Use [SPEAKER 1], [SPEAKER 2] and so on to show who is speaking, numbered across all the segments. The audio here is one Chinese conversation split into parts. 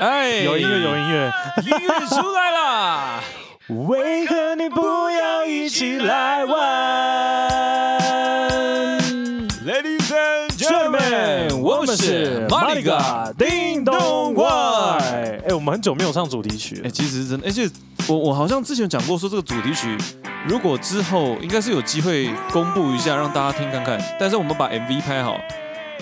[SPEAKER 1] 哎，
[SPEAKER 2] 有音乐，有音乐。
[SPEAKER 1] 音乐出来 啦！
[SPEAKER 2] 为何你不要一起来玩
[SPEAKER 1] Ladies and
[SPEAKER 2] ？Gentlemen，
[SPEAKER 1] gentlemen，我们是马里嘎。
[SPEAKER 2] 叮
[SPEAKER 1] 咚
[SPEAKER 2] 怪。
[SPEAKER 1] 怪
[SPEAKER 2] 哎、我们很久没有唱主题曲
[SPEAKER 1] 哎、，其实真的，而且我我好像之前讲过，说这个主题曲如果之后应该是有机会公布一下，让大家听看看。但是我们把 MV 拍好，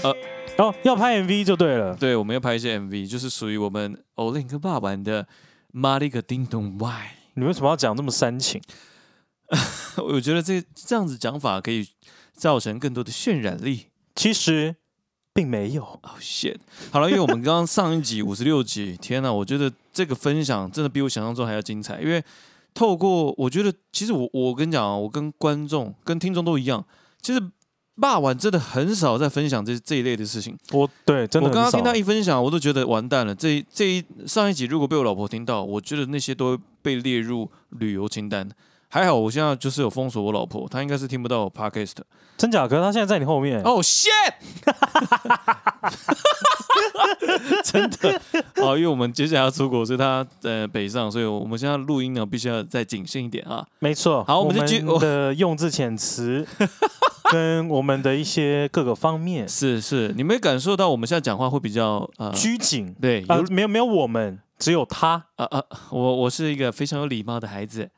[SPEAKER 1] 哎
[SPEAKER 2] 哦，要拍 MV 就对了。
[SPEAKER 1] 对，我们要拍一些 MV，就是属于我们 Olin 跟爸玩的《马里个叮咚 Y
[SPEAKER 2] 你为什么要讲这么煽情？》。
[SPEAKER 1] 我觉得这这样子讲法可以造成更多的渲染力。
[SPEAKER 2] 其实并没有。
[SPEAKER 1] 哦、shit！好了，因为我们刚刚上一集五十六集，天呐，我觉得这个分享真的比我想象中还要精彩。因为透过，我觉得其实我我跟你讲啊，我跟观众、跟听众都一样，其实霸晚真的很少在分享这这一类的事情。
[SPEAKER 2] 我对，真的
[SPEAKER 1] 我
[SPEAKER 2] 很
[SPEAKER 1] 刚刚
[SPEAKER 2] 少
[SPEAKER 1] 听他一分享，我都觉得完蛋了。这一这一上一集如果被我老婆听到，我觉得那些都会被列入旅游清单。还好我现在就是有封锁我老婆，她应该是听不到我 podcast 的。
[SPEAKER 2] 真假？可是他现在在你后面。
[SPEAKER 1] 哦、shit！真的哦，因为我们接下来要出国，所以他呃北上，所以我们现在录音呢必须要再谨慎一点啊。
[SPEAKER 2] 没错，
[SPEAKER 1] 好我
[SPEAKER 2] 我
[SPEAKER 1] 们就继我
[SPEAKER 2] 的用字 遣词跟我们的一些各个方 面
[SPEAKER 1] 是是，你们感受到我们现在讲话会比较呃，
[SPEAKER 2] 拘谨
[SPEAKER 1] 对，
[SPEAKER 2] 啊
[SPEAKER 1] 有，
[SPEAKER 2] 没有没有我们，只有他。
[SPEAKER 1] 啊啊，我我是一个非常有礼貌的孩子。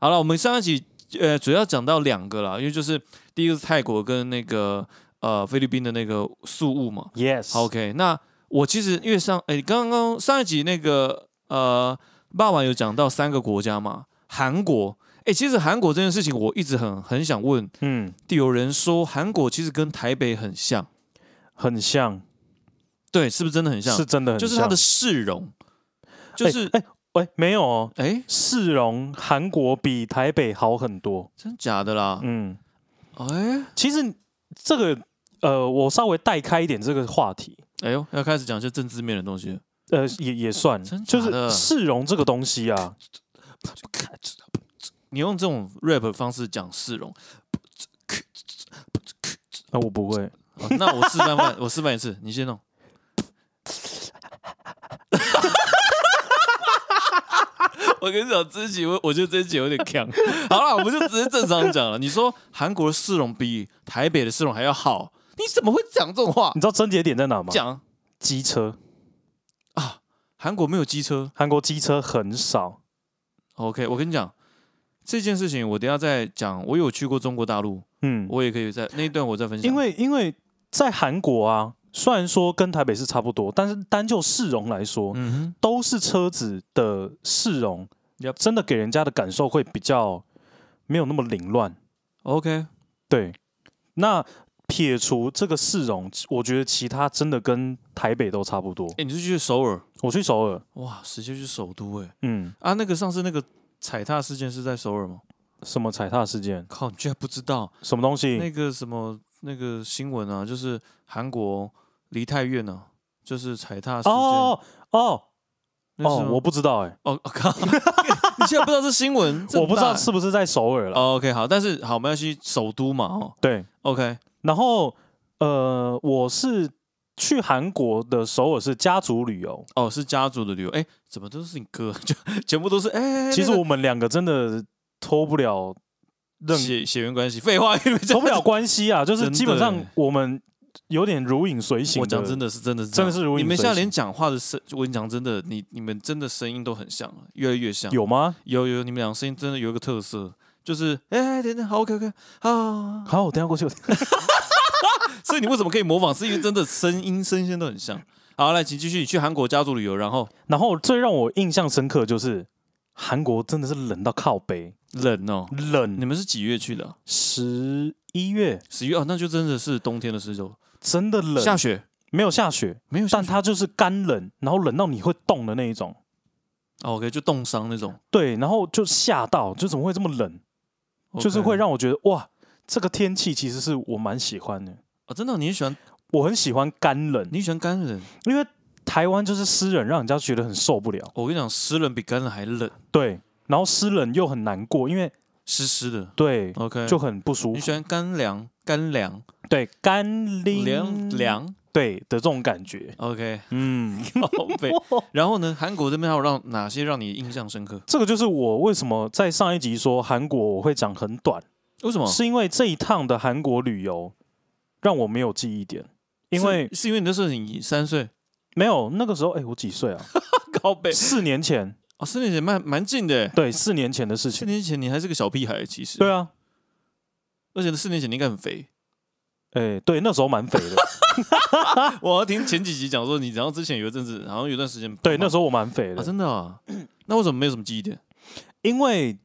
[SPEAKER 1] 好了，我们上一集呃主要讲到两个啦，因为就是第一个是泰国跟那个呃菲律宾的那个宿务嘛，
[SPEAKER 2] Yes，
[SPEAKER 1] 好 OK，那我其实因为上诶，刚刚上一集那个呃，爸爸有讲到三个国家嘛，韩国。诶，其实韩国这件事情我一直很很想问，
[SPEAKER 2] 嗯，
[SPEAKER 1] 有人说韩国其实跟台北很像，
[SPEAKER 2] 很像，
[SPEAKER 1] 对，是不是真的很像？
[SPEAKER 2] 是真的很像，
[SPEAKER 1] 就是它的市容，就
[SPEAKER 2] 哎
[SPEAKER 1] 是
[SPEAKER 2] 哎喂，没有哦，
[SPEAKER 1] 诶，
[SPEAKER 2] 市容韩国比台北好很多。
[SPEAKER 1] 真假的啦？
[SPEAKER 2] 嗯，
[SPEAKER 1] 哎、
[SPEAKER 2] 其实这个呃，我稍微带开一点这个话题，
[SPEAKER 1] 哎呦，要开始讲一些政治面的东西了。
[SPEAKER 2] 呃，也也算，
[SPEAKER 1] 真假
[SPEAKER 2] 就
[SPEAKER 1] 的
[SPEAKER 2] 是市容这个东西啊，
[SPEAKER 1] 你用这种 rap 方式讲市容，
[SPEAKER 2] 啊，我不会，
[SPEAKER 1] 好哦那我示范范，我示范一次，你先弄。 我跟你讲，这一集我我觉得这一集有点强。好了，我们就直接正常讲了。你说韩国的市容比台北的市容还要好，你怎么会讲这种话
[SPEAKER 2] 你？知道症结点在哪吗？
[SPEAKER 1] 讲
[SPEAKER 2] 机车，
[SPEAKER 1] 啊，韩国没有机车。
[SPEAKER 2] 韩国机车很少，
[SPEAKER 1] OK，我跟你讲这件事情，我等一下再讲。我有去过中国大陆，
[SPEAKER 2] 嗯，
[SPEAKER 1] 我也可以在那一段我再分享。
[SPEAKER 2] 因为因为在韩国啊，虽然说跟台北是差不多，但是单就市容来说，
[SPEAKER 1] 嗯哼。
[SPEAKER 2] 都是车子的市容
[SPEAKER 1] Yep
[SPEAKER 2] 真的给人家的感受会比较没有那么凌乱。
[SPEAKER 1] OK，
[SPEAKER 2] 对，那撇除这个市容，我觉得其他真的跟台北都差不多
[SPEAKER 1] 哎、。你是去首尔？
[SPEAKER 2] 我去首尔，
[SPEAKER 1] 哇，直接去首都哎、
[SPEAKER 2] 嗯，
[SPEAKER 1] 啊，那个上次那个踩踏事件是在首尔吗？
[SPEAKER 2] 什么踩踏事件，
[SPEAKER 1] 靠，你居然不知道
[SPEAKER 2] 什么东
[SPEAKER 1] 那
[SPEAKER 2] 西？
[SPEAKER 1] 个什么那个新闻啊，就是韩国梨泰院啊，就是踩踏事件。
[SPEAKER 2] 哦哦
[SPEAKER 1] 那是
[SPEAKER 2] 哦
[SPEAKER 1] 吗，
[SPEAKER 2] 我不知道哎、
[SPEAKER 1] 哦，我靠， 你现在不知道这新闻？这么
[SPEAKER 2] 我不知道
[SPEAKER 1] 大
[SPEAKER 2] 是不是在首尔了。
[SPEAKER 1] 哦 OK，好，但是好，没关系，首都嘛，哦
[SPEAKER 2] 对，
[SPEAKER 1] ，OK，
[SPEAKER 2] 然后呃，我是去韩国的首尔是家族旅游，
[SPEAKER 1] 哦，是家族的旅游，哎，怎么都是你哥， 就全部都是哎哎，哎
[SPEAKER 2] 其实
[SPEAKER 1] 那个
[SPEAKER 2] 我们两个真的脱不了任
[SPEAKER 1] 血血缘关系，废话，
[SPEAKER 2] 脱
[SPEAKER 1] 走
[SPEAKER 2] 不了关系啊，就是
[SPEAKER 1] 真的
[SPEAKER 2] 基本上
[SPEAKER 1] 欸
[SPEAKER 2] 我们有点如影随形。
[SPEAKER 1] 我讲真
[SPEAKER 2] 的，
[SPEAKER 1] 的是真的是这
[SPEAKER 2] 真的
[SPEAKER 1] 样
[SPEAKER 2] 是如
[SPEAKER 1] 你
[SPEAKER 2] 影
[SPEAKER 1] 们
[SPEAKER 2] 随
[SPEAKER 1] 现在
[SPEAKER 2] 形
[SPEAKER 1] 连讲话的声，我跟你讲真的，你你们真的声音都很像了，越来越像。
[SPEAKER 2] 有吗？
[SPEAKER 1] 有有，你们俩声音真的有一个特色，就是哎、等等，好 OK OK 啊，
[SPEAKER 2] 好，我等一下过去。
[SPEAKER 1] 所以你为什么可以模仿？是因为真的声音声线都很像。好，来，请继续。你去韩国家族旅游，然后
[SPEAKER 2] 然后最让我印象深刻的就是韩国真的是冷到靠北，
[SPEAKER 1] 冷哦，你
[SPEAKER 2] 冷。
[SPEAKER 1] 们是几月去的？
[SPEAKER 2] 十一月
[SPEAKER 1] 十月哦，那就真的是冬天的时候，
[SPEAKER 2] 真的冷，
[SPEAKER 1] 下雪
[SPEAKER 2] 没有下雪，
[SPEAKER 1] 没有下
[SPEAKER 2] 但
[SPEAKER 1] 雪？
[SPEAKER 2] 它就是干冷，然后冷到你会冻的那一种。
[SPEAKER 1] 哦 OK，就冻伤那种，
[SPEAKER 2] 对，然后就吓到，就怎么会这么冷？就是会
[SPEAKER 1] OK
[SPEAKER 2] 让我觉得哇，这个天气其实是我蛮喜欢的，
[SPEAKER 1] 哦，真的你很喜欢
[SPEAKER 2] 我很喜欢干冷，
[SPEAKER 1] 你很喜欢干冷，哦
[SPEAKER 2] 因为台湾就是湿冷，让人家觉得很受不了。
[SPEAKER 1] 我跟你讲，湿冷比干冷还冷，
[SPEAKER 2] 对，然后湿冷又很难过，因为
[SPEAKER 1] 湿湿的。
[SPEAKER 2] 对
[SPEAKER 1] OK，
[SPEAKER 2] 就很不舒
[SPEAKER 1] 你
[SPEAKER 2] 服。
[SPEAKER 1] 喜欢干粮干粮
[SPEAKER 2] 对，干拎
[SPEAKER 1] 凉凉
[SPEAKER 2] 对的这种感觉。
[SPEAKER 1] OK，
[SPEAKER 2] 嗯，
[SPEAKER 1] 宝贝。然后呢，韩国这边还有让哪些让你印象深刻？
[SPEAKER 2] 这个就是我为什么在上一集说韩国我会讲很短，
[SPEAKER 1] 为什么？
[SPEAKER 2] 是因为这一趟的韩国旅游让我没有记忆点，因为
[SPEAKER 1] 是是因为你那时候你三岁，
[SPEAKER 2] 没有那个时候，哎、我几岁啊？
[SPEAKER 1] 高背
[SPEAKER 2] 四年前，
[SPEAKER 1] 哦，四年前蛮蛮近的，
[SPEAKER 2] 对，四年前的事
[SPEAKER 1] 四
[SPEAKER 2] 情。
[SPEAKER 1] 年前你还是个小屁孩，其实
[SPEAKER 2] 对，啊，
[SPEAKER 1] 而且四年前你应该很肥。
[SPEAKER 2] 哎、对，那时候蛮肥的，
[SPEAKER 1] 我要听前几集讲说你，然后之前有一阵子，好像有段时间，
[SPEAKER 2] 对，那时候我蛮肥
[SPEAKER 1] 候啊，
[SPEAKER 2] 的，
[SPEAKER 1] 真的啊， 那为什么没有什么记忆点？
[SPEAKER 2] 因为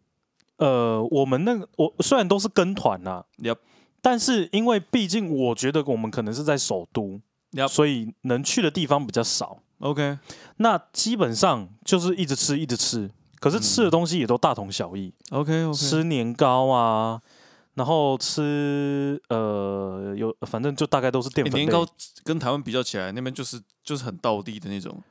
[SPEAKER 2] 呃，我们那个我虽然都是跟团啦、
[SPEAKER 1] Yep
[SPEAKER 2] 但是因为毕竟我觉得我们可能是在首都
[SPEAKER 1] Yep
[SPEAKER 2] 所以能去的地方比较少。
[SPEAKER 1] OK，
[SPEAKER 2] 那基本上就是一直吃，一直吃，可是吃的东西也都大同小异，
[SPEAKER 1] OK 嗯 OK，
[SPEAKER 2] 吃年糕啊，然后吃呃有，反正就大概都是淀
[SPEAKER 1] 欸
[SPEAKER 2] 粉类。
[SPEAKER 1] 年糕跟台湾比较起来，那边就是就是很道地的那种，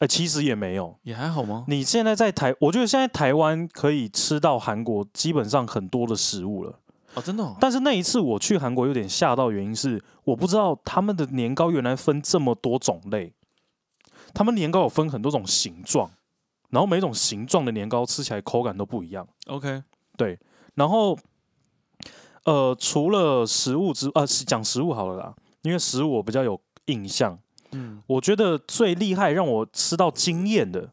[SPEAKER 2] 哎、其实也没有。
[SPEAKER 1] 也还好吗？
[SPEAKER 2] 你现在在台，我觉得现在台湾可以吃到韩国基本上很多的食物了。
[SPEAKER 1] 哦，真的、哦，
[SPEAKER 2] 但是那一次我去韩国有点吓到，原因是我不知道他们的年糕原来分这么多种类，他们年糕有分很多种形状，然后每种形状的年糕吃起来口感都不一样。
[SPEAKER 1] OK，
[SPEAKER 2] 然后，呃，除了食物之呃是讲食物好了啦，因为食物我比较有印象。
[SPEAKER 1] 嗯，
[SPEAKER 2] 我觉得最厉害让我吃到惊艳的，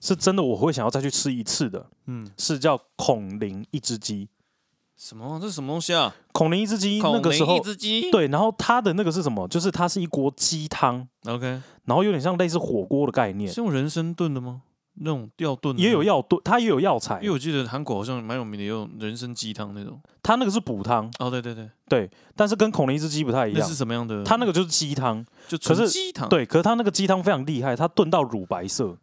[SPEAKER 2] 是真的我会想要再去吃一次的，
[SPEAKER 1] 嗯，
[SPEAKER 2] 是叫孔林一只鸡。
[SPEAKER 1] 什么？这是什么东西啊？
[SPEAKER 2] 孔林一只鸡那个时
[SPEAKER 1] 孔
[SPEAKER 2] 候
[SPEAKER 1] 明一只鸡，
[SPEAKER 2] 对，然后它的那个是什么？就是它是一锅鸡汤，
[SPEAKER 1] ，OK，
[SPEAKER 2] 然后有点像类似火锅的概念
[SPEAKER 1] 是，用人参炖的吗？那种吊炖的
[SPEAKER 2] 也有
[SPEAKER 1] 吗，
[SPEAKER 2] 药炖，它也有药材
[SPEAKER 1] 因为，我记得韩国好像蛮有名的，有人参鸡汤那种。
[SPEAKER 2] 它那个是补汤，
[SPEAKER 1] 哦，对对对，
[SPEAKER 2] 但是跟孔林一只鸡不太一
[SPEAKER 1] 那
[SPEAKER 2] 样
[SPEAKER 1] 是，什嗯么样的？
[SPEAKER 2] 它那个就是鸡汤，
[SPEAKER 1] 就
[SPEAKER 2] 可
[SPEAKER 1] 纯
[SPEAKER 2] 是
[SPEAKER 1] 鸡汤，，
[SPEAKER 2] 对，可是它那个鸡汤非常厉害，它炖到乳白色，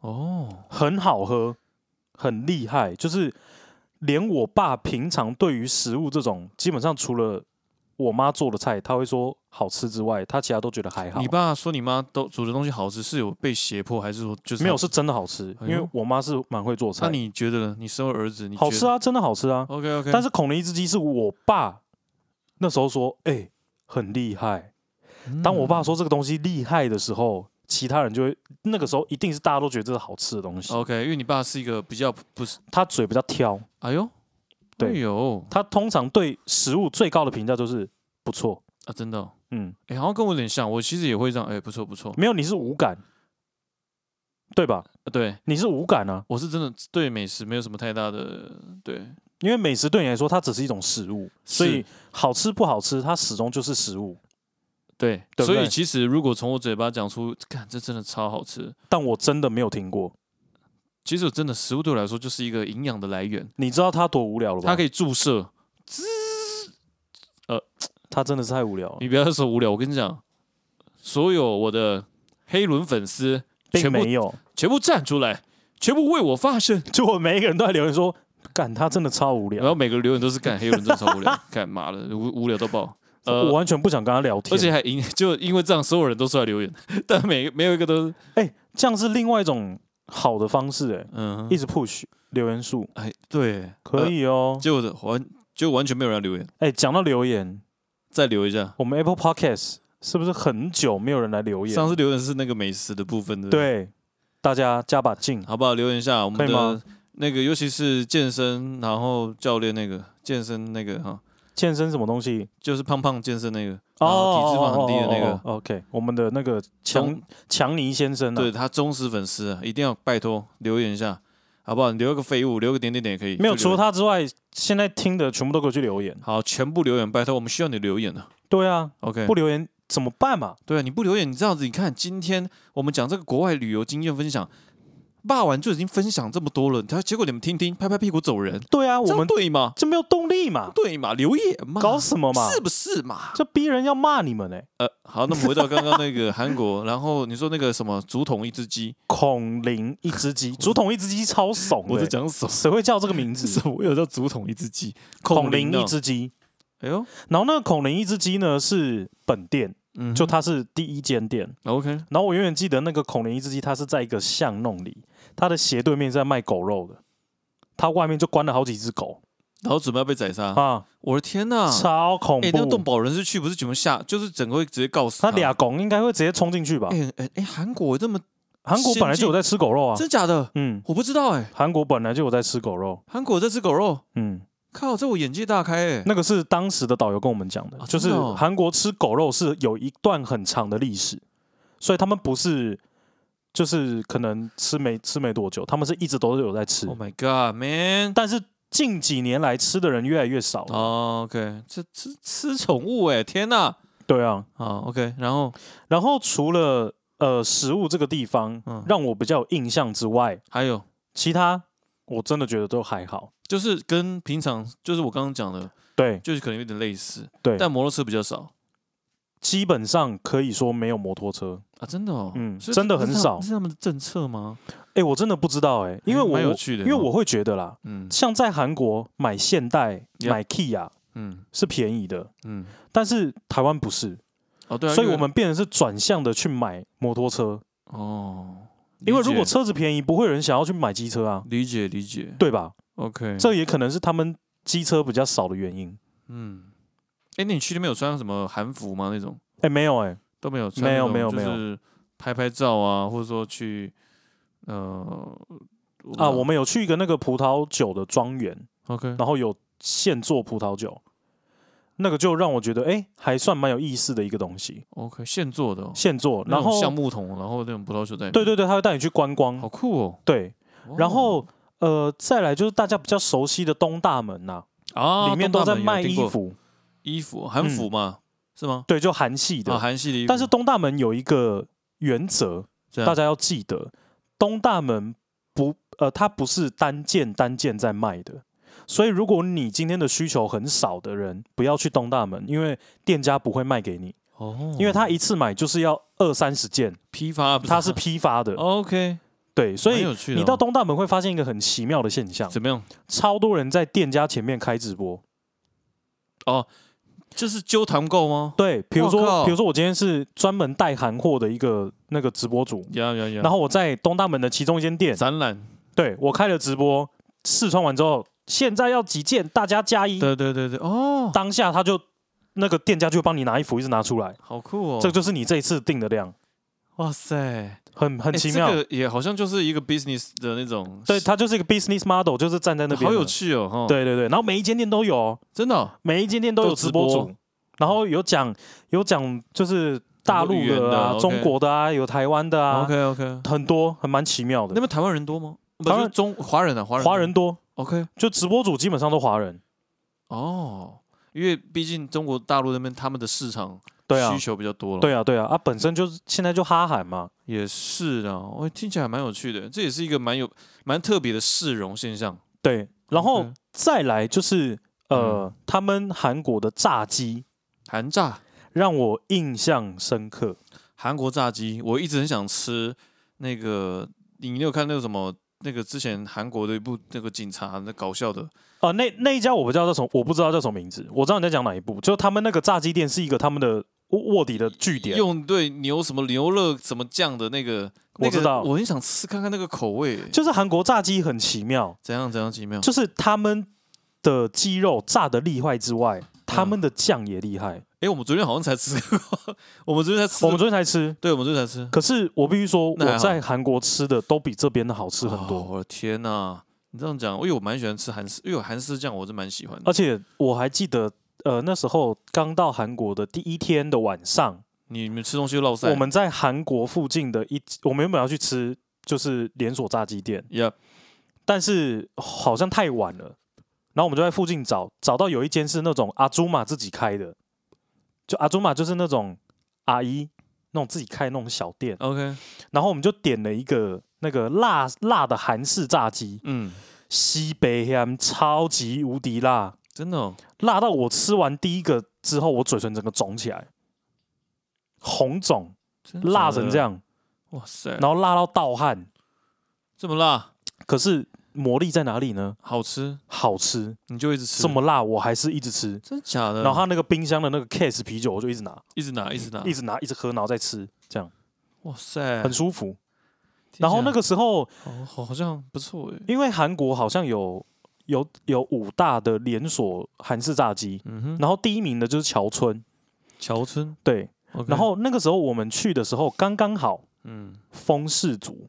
[SPEAKER 1] 哦，
[SPEAKER 2] 很好喝，很厉害，就是连我爸平常对于食物这种，基本上除了我妈做的菜，他会说好吃之外，他其他都觉得还好
[SPEAKER 1] 你。爸说你妈都煮的东西好吃，是有被胁迫，还是说就是
[SPEAKER 2] 没有是？真的好吃，
[SPEAKER 1] 哎
[SPEAKER 2] 因
[SPEAKER 1] 呦
[SPEAKER 2] 为我妈是蛮会做
[SPEAKER 1] 那
[SPEAKER 2] 菜，
[SPEAKER 1] 你觉得呢？你身为儿子，你
[SPEAKER 2] 好吃啊，真的好吃啊。
[SPEAKER 1] ？OK OK，
[SPEAKER 2] 但是孔林一只鸡是我爸那时候说，哎、很厉害。
[SPEAKER 1] 嗯
[SPEAKER 2] 当我爸说这个东西厉害的时候，其他人就会那个时候一定是大家都觉得这是好吃的东西。
[SPEAKER 1] OK，因为你爸是一个比较不是，
[SPEAKER 2] 他嘴比较挑，
[SPEAKER 1] 哎呦，
[SPEAKER 2] 对
[SPEAKER 1] 哎呦
[SPEAKER 2] 他通常对食物最高的评价就是不错。
[SPEAKER 1] 啊，真的哦、
[SPEAKER 2] 嗯，
[SPEAKER 1] 哎、好像跟我有点像，我其实也会这样，哎、不错不错，
[SPEAKER 2] 没有你是无感，对吧？
[SPEAKER 1] 啊对，
[SPEAKER 2] 你是无感啊，
[SPEAKER 1] 我是真的对美食没有什么太大的对，
[SPEAKER 2] 因为美食对你来说它只是一种食物，所以
[SPEAKER 1] 是
[SPEAKER 2] 好吃不好吃它始终就是食物。
[SPEAKER 1] 对，
[SPEAKER 2] 对不
[SPEAKER 1] 所以
[SPEAKER 2] 对
[SPEAKER 1] 其实如果从我嘴巴讲出，看这真的超好吃，
[SPEAKER 2] 但我真的没有听过，
[SPEAKER 1] 其实真的食物对我来说就是一个营养的来源，
[SPEAKER 2] 你知道它多无聊了吧？
[SPEAKER 1] 它可以注射，
[SPEAKER 2] 它真的是太无聊了，
[SPEAKER 1] 你不要再说无聊，我跟你讲，所有我的黑轮粉丝
[SPEAKER 2] 并
[SPEAKER 1] 全部
[SPEAKER 2] 没有。
[SPEAKER 1] 全部站出来，全部为我发声。
[SPEAKER 2] 就我每一个人都在留言说，干他真的超无
[SPEAKER 1] 然
[SPEAKER 2] 聊，
[SPEAKER 1] 后每个留言都是干黑人真的超无 聊，干妈的无无聊到爆。
[SPEAKER 2] 我
[SPEAKER 1] 呃，
[SPEAKER 2] 完全不想跟他聊
[SPEAKER 1] 而
[SPEAKER 2] 天。
[SPEAKER 1] 且还因就因为这样，所有人都出来留言， 但每没有一个都是
[SPEAKER 2] 哎、这样是另外一种好的方式、哎、
[SPEAKER 1] 嗯
[SPEAKER 2] 一，直 push 留言数
[SPEAKER 1] 哎对，
[SPEAKER 2] 可以哦
[SPEAKER 1] 呃。结果的完就完全没有人来留言，
[SPEAKER 2] 哎、讲到留言，
[SPEAKER 1] 再留一下。
[SPEAKER 2] 我们 Apple Podcast 是不是很久没有人来留
[SPEAKER 1] 上
[SPEAKER 2] 言？
[SPEAKER 1] 次留言是那个美食的部分的，，
[SPEAKER 2] 对，大家加把劲。
[SPEAKER 1] 好不好？留言一下我们
[SPEAKER 2] 可以
[SPEAKER 1] 的
[SPEAKER 2] 吗
[SPEAKER 1] 那个，尤其是健身，然后教练那个健身那个哈，
[SPEAKER 2] 健身什么东西？
[SPEAKER 1] 就是胖胖健身那个，然后体脂肪很低的那
[SPEAKER 2] 哦哦哦
[SPEAKER 1] 个，
[SPEAKER 2] 哦 OK，我们的那个强
[SPEAKER 1] 忠
[SPEAKER 2] 强尼先生啊，
[SPEAKER 1] 对他忠实粉丝啊，一定要拜托留言一下，好不好？你留个废物，留个点点点也可以，
[SPEAKER 2] 没有
[SPEAKER 1] 就留
[SPEAKER 2] 除了
[SPEAKER 1] 言
[SPEAKER 2] 他之外，现在听的全部都给我去留言。
[SPEAKER 1] 好，全部留言，拜托，我们需要你留言的。
[SPEAKER 2] 对啊，
[SPEAKER 1] OK，
[SPEAKER 2] 不留言怎么办嘛？
[SPEAKER 1] 对啊，你不留言，你这样子，你看今天我们讲这个国外旅游经验分享，霸完就已经分享这么多了，他结果你们听听，拍拍屁股走人，
[SPEAKER 2] 对啊，
[SPEAKER 1] 这
[SPEAKER 2] 我
[SPEAKER 1] 样
[SPEAKER 2] 们
[SPEAKER 1] 对吗？
[SPEAKER 2] 就没有动力嘛，
[SPEAKER 1] 对嘛，留言嘛，
[SPEAKER 2] 搞什么嘛？
[SPEAKER 1] 是不是嘛？
[SPEAKER 2] 这逼人要骂你们呢、欸
[SPEAKER 1] 呃，好，那我们回到刚刚那个韩国，然后你说那个什么竹筒一只鸡，
[SPEAKER 2] 孔林一 只鸡，竹筒一只鸡超怂
[SPEAKER 1] 我在
[SPEAKER 2] 的欸、
[SPEAKER 1] 讲什么？
[SPEAKER 2] 谁会叫这个名字？
[SPEAKER 1] 什么？我有叫竹筒一只鸡，
[SPEAKER 2] 孔林
[SPEAKER 1] 哦
[SPEAKER 2] 一，只鸡，
[SPEAKER 1] 哎呦，
[SPEAKER 2] 然后那个孔林一只鸡呢是本店，
[SPEAKER 1] 嗯哼，
[SPEAKER 2] 就它是第一间店。
[SPEAKER 1] OK，
[SPEAKER 2] 然后我永远记得那个孔林一只鸡，它是在一个巷弄里，它的斜对面是在卖狗肉的，它外面就关了好几只狗，
[SPEAKER 1] 然后准备要被宰杀，
[SPEAKER 2] 啊，
[SPEAKER 1] 我的天呐！
[SPEAKER 2] 超恐
[SPEAKER 1] 哎、那个动
[SPEAKER 2] 怖！
[SPEAKER 1] 保人士去不是全部吓，就是整个会直接告死
[SPEAKER 2] 他俩拱应该会直接冲进去吧？
[SPEAKER 1] 哎哎哎，韩、国这么
[SPEAKER 2] 韩国本来就有在吃狗肉啊，
[SPEAKER 1] 真假的？
[SPEAKER 2] 嗯，
[SPEAKER 1] 我不知道哎、
[SPEAKER 2] 韩国本来就有在吃狗肉，
[SPEAKER 1] 韩国这只狗肉，
[SPEAKER 2] 嗯，
[SPEAKER 1] 靠，这我眼界大开哎、
[SPEAKER 2] 那个是当时的导游跟我们讲的
[SPEAKER 1] 啊，
[SPEAKER 2] 就是
[SPEAKER 1] 真的哦
[SPEAKER 2] 韩国吃狗肉是有一段很长的历史，所以他们不是就是可能吃没吃没多久，他们是一直都是有在吃
[SPEAKER 1] Oh，my Oh god, man！
[SPEAKER 2] 但是近几年来吃的人越来越少了。
[SPEAKER 1] 哦，OK，这吃吃宠物哎、天呐！
[SPEAKER 2] 对啊，
[SPEAKER 1] 好，OK，然后
[SPEAKER 2] 然后除了呃食物这个地方
[SPEAKER 1] 嗯
[SPEAKER 2] 让我比较有印象之外，
[SPEAKER 1] 还有
[SPEAKER 2] 其他我真的觉得都还好。
[SPEAKER 1] 就是跟平常就是我刚刚讲的，
[SPEAKER 2] 对
[SPEAKER 1] 就是可能有点类似，
[SPEAKER 2] 对，
[SPEAKER 1] 但摩托车比较少
[SPEAKER 2] 基本上可以说没有摩托车。
[SPEAKER 1] 啊，真的哦，
[SPEAKER 2] 嗯
[SPEAKER 1] 所以
[SPEAKER 2] 真的
[SPEAKER 1] 这是
[SPEAKER 2] 很
[SPEAKER 1] 他
[SPEAKER 2] 少
[SPEAKER 1] 这是他们的政策吗？
[SPEAKER 2] 哎，我真的不知道哎、因为
[SPEAKER 1] 蛮
[SPEAKER 2] 我
[SPEAKER 1] 有趣的
[SPEAKER 2] 因为
[SPEAKER 1] 哦
[SPEAKER 2] 我会觉得啦，
[SPEAKER 1] 嗯
[SPEAKER 2] 像在韩国买现代、
[SPEAKER 1] Yeah
[SPEAKER 2] 买 Kia
[SPEAKER 1] 嗯
[SPEAKER 2] 是便宜的，
[SPEAKER 1] 嗯，
[SPEAKER 2] 但是台湾不是，
[SPEAKER 1] 哦对啊，
[SPEAKER 2] 所以
[SPEAKER 1] 因为
[SPEAKER 2] 我们变成是转向的去买摩托车，
[SPEAKER 1] 哦，
[SPEAKER 2] 因为如
[SPEAKER 1] 理
[SPEAKER 2] 果
[SPEAKER 1] 解
[SPEAKER 2] 车子便宜，不会有人想要去买机车啊，
[SPEAKER 1] 理解理解
[SPEAKER 2] 对吧？
[SPEAKER 1] ，OK，
[SPEAKER 2] 这也可能是他们机车比较少的原因。
[SPEAKER 1] 嗯，哎，那你去那边有穿什么韩服吗？那种
[SPEAKER 2] 哎，没有哎、
[SPEAKER 1] 都没有穿
[SPEAKER 2] 没
[SPEAKER 1] 那
[SPEAKER 2] 有
[SPEAKER 1] 种，
[SPEAKER 2] 没有
[SPEAKER 1] 就
[SPEAKER 2] 没有
[SPEAKER 1] 是拍拍照啊，或者说去呃不知
[SPEAKER 2] 啊，
[SPEAKER 1] 道
[SPEAKER 2] 我们有去一个那个葡萄酒的庄园，
[SPEAKER 1] OK，
[SPEAKER 2] 然后有现做葡萄酒，那个就让我觉得哎、还算蛮有意思的一个东西，
[SPEAKER 1] OK，现做的、哦，
[SPEAKER 2] 现做，
[SPEAKER 1] 那
[SPEAKER 2] 然
[SPEAKER 1] 种
[SPEAKER 2] 后
[SPEAKER 1] 橡木桶，然后那种葡萄酒在里面，
[SPEAKER 2] 对对对，他会带你去观光
[SPEAKER 1] 好，酷哦。
[SPEAKER 2] 对，然
[SPEAKER 1] 哦
[SPEAKER 2] 后呃，再来就是大家比较熟悉的东大门呐、
[SPEAKER 1] 啊，
[SPEAKER 2] 里面
[SPEAKER 1] 东
[SPEAKER 2] 都
[SPEAKER 1] 大
[SPEAKER 2] 在
[SPEAKER 1] 门有
[SPEAKER 2] 卖
[SPEAKER 1] 订
[SPEAKER 2] 衣
[SPEAKER 1] 过
[SPEAKER 2] 服，嗯
[SPEAKER 1] 衣服韩服嘛，是吗？
[SPEAKER 2] 对，就韩系的。
[SPEAKER 1] 啊，韩系的衣啊服，
[SPEAKER 2] 但是东大门有一个原则，
[SPEAKER 1] 这样
[SPEAKER 2] 大家要记得，东大门不呃，它不是单件单件在卖的。所以，如果你今天的需求很少的人，不要去东大门，因为店家不会卖给你，
[SPEAKER 1] 哦，
[SPEAKER 2] 因为他一次买就是要二三十件，
[SPEAKER 1] 批发，
[SPEAKER 2] 它是批发的。
[SPEAKER 1] OK，
[SPEAKER 2] 对，所
[SPEAKER 1] 哦蛮
[SPEAKER 2] 以
[SPEAKER 1] 有趣的哦
[SPEAKER 2] 你到东大门会发现一个很奇妙的现象，
[SPEAKER 1] 怎么样？
[SPEAKER 2] 超多人在店家前面开直播。
[SPEAKER 1] 就是揪团购吗？
[SPEAKER 2] 对，比如
[SPEAKER 1] 我靠
[SPEAKER 2] 说，比如说我今天是专门带韩货的一个那个直播主，
[SPEAKER 1] 呀呀呀！
[SPEAKER 2] 然后我在东大门的其中一间店，
[SPEAKER 1] 展览，
[SPEAKER 2] 对我开了直播，试穿完之后，现在要几件，大家加一，
[SPEAKER 1] 对对对对，哦，
[SPEAKER 2] 当下他就那个店家就会帮你拿衣服一直拿出来，
[SPEAKER 1] 好酷哦！
[SPEAKER 2] 这就是你这一次订的量，
[SPEAKER 1] 哇塞，
[SPEAKER 2] 很很
[SPEAKER 1] 哎
[SPEAKER 2] 奇妙
[SPEAKER 1] 这。个也好像就是一个 business 的那种，
[SPEAKER 2] 对，它就是一个 business model，就是站在那边，
[SPEAKER 1] 好有。趣哦，哈，，
[SPEAKER 2] 对对对，然后每一间店都有哦，
[SPEAKER 1] 真的哦
[SPEAKER 2] 每一间店都
[SPEAKER 1] 都有
[SPEAKER 2] 有
[SPEAKER 1] 直
[SPEAKER 2] 直播
[SPEAKER 1] 播
[SPEAKER 2] 主，然后有讲有讲就是大陆
[SPEAKER 1] 很多语言
[SPEAKER 2] 的
[SPEAKER 1] 的
[SPEAKER 2] 啊、
[SPEAKER 1] ，OK 哦
[SPEAKER 2] 中国的啊、有台湾的啊，
[SPEAKER 1] ，OK OK，
[SPEAKER 2] 很多，很蛮奇妙的
[SPEAKER 1] 那。边台湾人多吗？不
[SPEAKER 2] 台湾
[SPEAKER 1] 是中华人啊，华人多
[SPEAKER 2] 华人多，
[SPEAKER 1] ，OK，
[SPEAKER 2] 就直播主基本上都华人。
[SPEAKER 1] 哦，因为毕竟中国大陆那边他们的市场
[SPEAKER 2] 对啊
[SPEAKER 1] 需，求比较多了，
[SPEAKER 2] 对啊，对啊，啊，本身就是现在就哈韩嘛，
[SPEAKER 1] 也是啊，我听起来蛮有趣的，这也是一个蛮有蛮特别的市容现象。
[SPEAKER 2] 对，然后
[SPEAKER 1] OK
[SPEAKER 2] 再来就是
[SPEAKER 1] 嗯
[SPEAKER 2] 呃，他们韩国的炸鸡
[SPEAKER 1] 韩炸，
[SPEAKER 2] 让我印象深刻。
[SPEAKER 1] 韩国炸鸡，我一直很想吃那个，你有看那个什么？那个之前韩国的一部那个警察那搞笑的，
[SPEAKER 2] 哦、那那一家我不知道叫什么，我不知道叫什么名字，我知道你在讲哪一部，就是他们那个炸鸡店是一个他们的卧卧底的据点。
[SPEAKER 1] 用对牛什么牛肉什么酱的那个，那
[SPEAKER 2] 我
[SPEAKER 1] 个
[SPEAKER 2] 知道
[SPEAKER 1] 我很想吃看看那个口味，
[SPEAKER 2] 就是韩国炸鸡很奇妙，
[SPEAKER 1] 怎样怎样奇妙，
[SPEAKER 2] 就是他们的鸡肉炸的厉害之外，
[SPEAKER 1] 嗯
[SPEAKER 2] 他们的酱也厉害。
[SPEAKER 1] 哎、我们昨天好像才吃过， 我们昨天才吃，
[SPEAKER 2] 我们昨天才吃，
[SPEAKER 1] 对，我们昨天才吃，
[SPEAKER 2] 可是我必须说，
[SPEAKER 1] 那还好
[SPEAKER 2] 我在韩国吃的都比这边的好吃很
[SPEAKER 1] 哦
[SPEAKER 2] 多，
[SPEAKER 1] 我的天哪、你这样讲，因为我蛮喜欢吃韩式，因为我韩式酱我是蛮喜欢的。
[SPEAKER 2] 而且我还记得，呃，那时候刚到韩国的第一天的晚上，
[SPEAKER 1] 你们吃东西就落塞，
[SPEAKER 2] 我们在韩国附近的一，我们原本要去吃就是连锁炸鸡店，
[SPEAKER 1] 呀
[SPEAKER 2] 但是好像太晚了，然后我们就在附近找，找到有一间是那种阿朱玛自己开的，就阿朱玛就是那种阿姨那种自己开的那种小店，
[SPEAKER 1] ，OK，嗯
[SPEAKER 2] 然后我们就点了一个那个辣辣的韩式炸鸡。
[SPEAKER 1] 嗯，
[SPEAKER 2] 西北香超级无敌辣，
[SPEAKER 1] 真的、哦，
[SPEAKER 2] 辣到我吃完第一个之后，我嘴唇整个肿起来，红肿，
[SPEAKER 1] 真的
[SPEAKER 2] 辣
[SPEAKER 1] 假的
[SPEAKER 2] 成这，样，
[SPEAKER 1] 哇塞，
[SPEAKER 2] 然后辣到盗汗。
[SPEAKER 1] 这么辣，
[SPEAKER 2] 可是魔力在哪里呢？
[SPEAKER 1] 好吃，
[SPEAKER 2] 好吃，
[SPEAKER 1] 你就一直吃，
[SPEAKER 2] 这么辣我还是一直吃。
[SPEAKER 1] 真假的？
[SPEAKER 2] 然后他那个冰箱的那个 case 啤酒，我就一直拿，
[SPEAKER 1] 一直拿，一直拿，
[SPEAKER 2] 一直拿，一直喝，然后再吃，这样
[SPEAKER 1] 哇塞，
[SPEAKER 2] 很舒服。
[SPEAKER 1] 哎听起来
[SPEAKER 2] 然后那个时候，
[SPEAKER 1] 好好好像不错哎，
[SPEAKER 2] 因为韩国好像有有有五大的连锁韩式炸鸡，
[SPEAKER 1] 嗯哼，
[SPEAKER 2] 然后第一名的就是桥村，
[SPEAKER 1] 桥村
[SPEAKER 2] 对。
[SPEAKER 1] ，OK，
[SPEAKER 2] 然后那个时候我们去的时候刚刚好
[SPEAKER 1] 嗯，
[SPEAKER 2] 风氏族，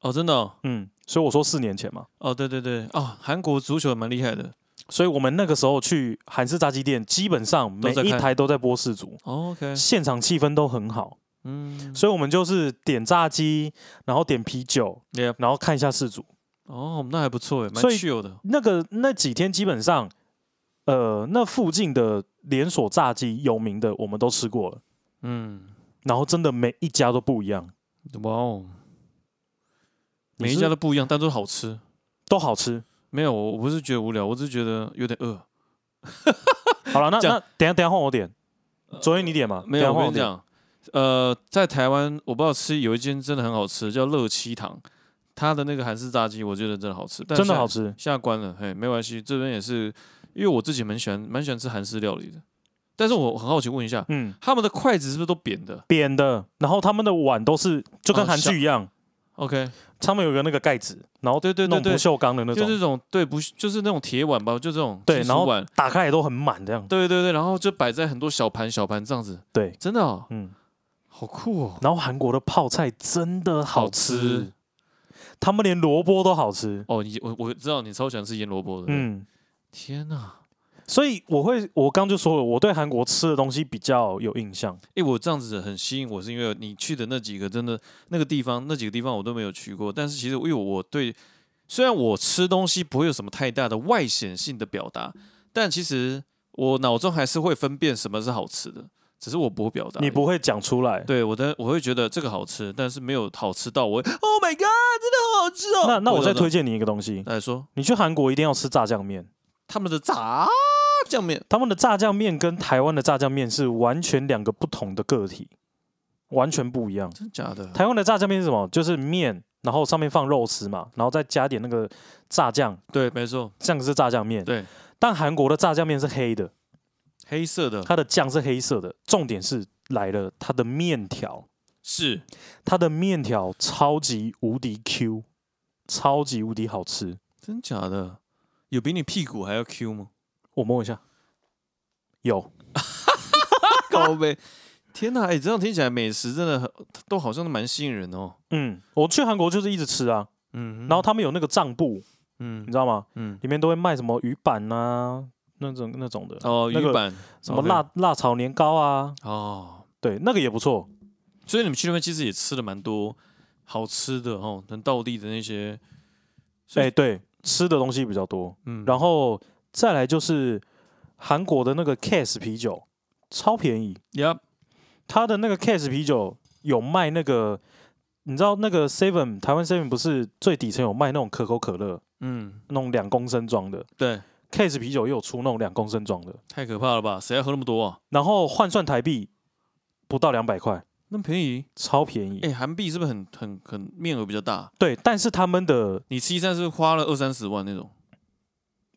[SPEAKER 1] 哦，真的哦，
[SPEAKER 2] 嗯，所以我说四年前嘛，
[SPEAKER 1] 哦对对对，哦，韩国足球也蛮厉害的
[SPEAKER 2] 所以我们那个时候去韩式炸鸡店，基本上每
[SPEAKER 1] 都在看
[SPEAKER 2] 一台都在播氏族，
[SPEAKER 1] 哦，OK，
[SPEAKER 2] 现场气氛都很好，
[SPEAKER 1] 嗯，
[SPEAKER 2] 所以我们就是点炸鸡，然后点啤酒，
[SPEAKER 1] Yep
[SPEAKER 2] 然后看一下氏族。
[SPEAKER 1] 哦，那还不错哎，蛮
[SPEAKER 2] 所以
[SPEAKER 1] chill 的，
[SPEAKER 2] 那个那几天基本上，呃，那附近的连锁炸鸡有名的我们都吃过了，
[SPEAKER 1] 嗯，
[SPEAKER 2] 然后真的每一家都不一样，
[SPEAKER 1] 哇哦，
[SPEAKER 2] 你
[SPEAKER 1] 每
[SPEAKER 2] 是
[SPEAKER 1] 一家都不一样，但都好吃。
[SPEAKER 2] 都好吃。
[SPEAKER 1] 没有，我我不是觉得无聊，我只是觉得有点饿。
[SPEAKER 2] 好了，那
[SPEAKER 1] 这样呃
[SPEAKER 2] 那等一下等一下换我点，昨天你点嘛？
[SPEAKER 1] 没有，啊
[SPEAKER 2] 等一下
[SPEAKER 1] 我
[SPEAKER 2] 换
[SPEAKER 1] 跟你
[SPEAKER 2] 点，
[SPEAKER 1] 讲，呃，在台湾我不知道吃有一间真的很好吃，叫乐七堂，它的那个韩式炸鸡我觉得真的好吃，但
[SPEAKER 2] 真
[SPEAKER 1] 现
[SPEAKER 2] 的
[SPEAKER 1] 在
[SPEAKER 2] 好，吃。
[SPEAKER 1] 下关了，嘿，没关系，这边也是，因为我自己蛮喜欢蛮喜欢吃韩式料理的，但是我很好奇问一下，
[SPEAKER 2] 嗯，
[SPEAKER 1] 他们的筷子是不是都扁的
[SPEAKER 2] 扁的，然后他们的碗都是就跟
[SPEAKER 1] 哦
[SPEAKER 2] 韩
[SPEAKER 1] 像
[SPEAKER 2] 剧一样，
[SPEAKER 1] ？OK，
[SPEAKER 2] 他们有个那个盖子，然后
[SPEAKER 1] 对对对
[SPEAKER 2] 弄不
[SPEAKER 1] 对
[SPEAKER 2] 锈钢的那
[SPEAKER 1] 就
[SPEAKER 2] 种，
[SPEAKER 1] 这种对，不是就是那种铁碗吧，就这种
[SPEAKER 2] 对
[SPEAKER 1] 金属
[SPEAKER 2] 然后
[SPEAKER 1] 碗，
[SPEAKER 2] 打开也都很满这样。
[SPEAKER 1] 对对对，然后就摆在很多小盘小盘这样子，
[SPEAKER 2] 对，
[SPEAKER 1] 真的、哦、
[SPEAKER 2] 嗯，
[SPEAKER 1] 好酷哦，
[SPEAKER 2] 然后韩国的泡菜真的好吃，
[SPEAKER 1] 好吃
[SPEAKER 2] 他们连萝卜都好吃。
[SPEAKER 1] 哦，你我我知道你超喜欢吃腌萝卜的，嗯，
[SPEAKER 2] 嗯，
[SPEAKER 1] 天哪！
[SPEAKER 2] 所以我会，我刚就说了，我对韩国吃的东西比较有印象。
[SPEAKER 1] 哎、我这样子很吸引我，是因为你去的那几个真的那个地方，那几个地方我都没有去过。但是其实因为我对，虽然我吃东西不会有什么太大的外显性的表达，但其实我脑中还是会分辨什么是好吃的，只是我不会表达。
[SPEAKER 2] 你？不会讲出来，
[SPEAKER 1] 对，我的我会觉得这个好吃，但是没有好吃到我会 Oh my God，真的好好吃哦。
[SPEAKER 2] 那那我再推
[SPEAKER 1] 荐
[SPEAKER 2] 荐你一个东西，
[SPEAKER 1] 来说，
[SPEAKER 2] 你去韩国一定要吃炸酱面，
[SPEAKER 1] 他们的炸酱面
[SPEAKER 2] 他们的炸酱面跟台湾的炸酱面是完全两个不同的个体，完全不一样。
[SPEAKER 1] 真假的？
[SPEAKER 2] 台湾的炸酱面是什么？就是面，然后上面放肉丝嘛，然后再加点那个炸酱，
[SPEAKER 1] 对，没错，
[SPEAKER 2] 这样是炸酱面。
[SPEAKER 1] 对，
[SPEAKER 2] 但韩国的炸酱面是黑的，
[SPEAKER 1] 黑色的
[SPEAKER 2] 它的酱是黑色的。重点是来了，它的面条，
[SPEAKER 1] 是
[SPEAKER 2] 它的面条超级无敌 Q，超级无敌好吃。
[SPEAKER 1] 真假的，有比你屁股还要 Q 吗？
[SPEAKER 2] 我摸一下，有
[SPEAKER 1] 高呗。天哪，哎、这样听起来美食真的很都好像蛮吸引人哦。
[SPEAKER 2] 嗯，我去韩国就是一直吃啊，
[SPEAKER 1] 嗯
[SPEAKER 2] 然后他们有那个账簿，你
[SPEAKER 1] 嗯
[SPEAKER 2] 知道吗？
[SPEAKER 1] 嗯，
[SPEAKER 2] 里面都会卖什么鱼板啊，那种那种的，
[SPEAKER 1] 哦，
[SPEAKER 2] 那个
[SPEAKER 1] 鱼板
[SPEAKER 2] 什么辣辣炒年糕啊，
[SPEAKER 1] 哦，
[SPEAKER 2] 对，那个也不错。
[SPEAKER 1] 所以你们去那边其实也吃了蛮多好吃的哦，很道地的那些，所
[SPEAKER 2] 哎、
[SPEAKER 1] 以
[SPEAKER 2] 对，吃的东西比较多，
[SPEAKER 1] 嗯，
[SPEAKER 2] 然后再来就是韩国的那个 Cass 啤酒，超便宜。
[SPEAKER 1] 呀，
[SPEAKER 2] 它的那个 Cass 啤酒有卖那个，你知道那个 Seven 台湾 Seven 不是最底层有卖那种可口可乐
[SPEAKER 1] 嗯，
[SPEAKER 2] 那种两公升装的
[SPEAKER 1] 对，
[SPEAKER 2] ，Cass 啤酒也有出那种两公升装的，
[SPEAKER 1] 太可怕了吧？谁要喝那么多啊？
[SPEAKER 2] 然后换算台币不到两百块，
[SPEAKER 1] 那么便宜？
[SPEAKER 2] 超便宜。
[SPEAKER 1] 哎、韩币是不是很很很面额比较大？
[SPEAKER 2] 对，但是他们的
[SPEAKER 1] 你吃一餐是花了二三十万那种，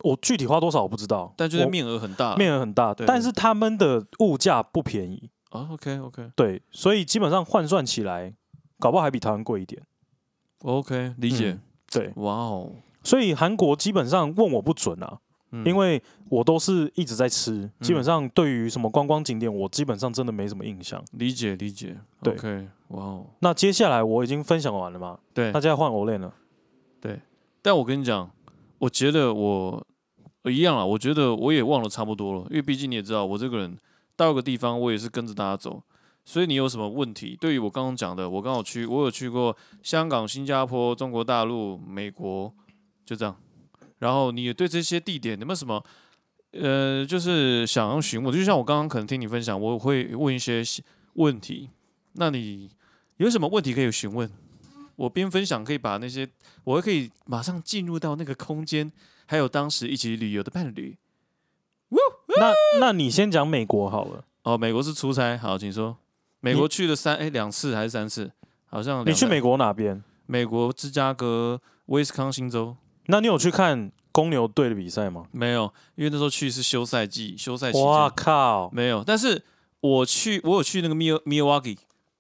[SPEAKER 2] 我具体花多少我不知道，
[SPEAKER 1] 但就是
[SPEAKER 2] 我
[SPEAKER 1] 面额很大。
[SPEAKER 2] 面额很大，
[SPEAKER 1] 对
[SPEAKER 2] 但
[SPEAKER 1] 对
[SPEAKER 2] 是他们的物价不便宜。
[SPEAKER 1] 啊，OK OK
[SPEAKER 2] 对，所以基本上换算起来，搞不好还比台湾贵一点。
[SPEAKER 1] OK，理
[SPEAKER 2] 嗯
[SPEAKER 1] 解。
[SPEAKER 2] 对，
[SPEAKER 1] 哇哦，
[SPEAKER 2] 所以韩国基本上问我不准啊，
[SPEAKER 1] 嗯
[SPEAKER 2] 因为我都是一直在吃，基本上对于什么观光景点，我基本上真的没什么印象。
[SPEAKER 1] 理解理解。
[SPEAKER 2] 对
[SPEAKER 1] OK，哇哦，
[SPEAKER 2] 那接下来我已经分享完了嘛，
[SPEAKER 1] 对
[SPEAKER 2] 那。现在换 Olen 了。
[SPEAKER 1] 但我跟你讲，我觉得我呃一样啊，我觉得我也忘了差不多了，因为毕竟你也知道，我这个人到个地方我也是跟着大家走，所以你有什么问题，对于我刚刚讲的，我刚好去，我有去过香港、新加坡、中国大陆、美国，就这样。然后你也对这些地点有没有什么？呃，就是想要询问，就像我刚刚可能听你分享，我会问一些细问题。那你有什么问题可以询问？我边分享可以把那些我可以马上进入到那个空间，还有当时一起旅游的伴侣。嗯
[SPEAKER 2] 那那你先讲美国好了，
[SPEAKER 1] 哦，美国是出差，好，请说。美国去了三哎两次还是三次？好像
[SPEAKER 2] 你
[SPEAKER 1] 哦两
[SPEAKER 2] 去
[SPEAKER 1] 三
[SPEAKER 2] 美国哪边？
[SPEAKER 1] 美国芝加哥、威斯康星州
[SPEAKER 2] 那你有去看公牛队的比赛吗？
[SPEAKER 1] 没有，因为那时候去是休赛季，休赛期
[SPEAKER 2] 哇
[SPEAKER 1] 间
[SPEAKER 2] 靠！
[SPEAKER 1] 没有。但是我去，我有去那个密密 a 瓦基，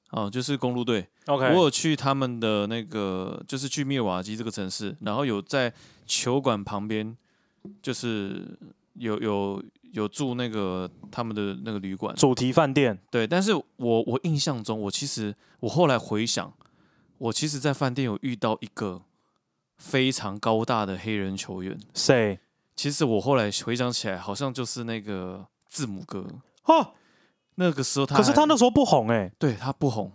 [SPEAKER 1] 哦，就是公路队，
[SPEAKER 2] OK，
[SPEAKER 1] 我有去他们的那个，就是去密瓦基这个城市，然后有在球馆旁边，就是有有有住那个他们的那个旅馆。
[SPEAKER 2] 主题饭店
[SPEAKER 1] 对，但是我我印象中，我其实我后来回想，我其实，在饭店有遇到一个非常高大的黑人球员。
[SPEAKER 2] 谁？
[SPEAKER 1] 其实我后来回想起来，好像就是那个字母哥。
[SPEAKER 2] 哦，
[SPEAKER 1] 那个时候他还，
[SPEAKER 2] 可是他那时候不红哎、
[SPEAKER 1] 对他不红。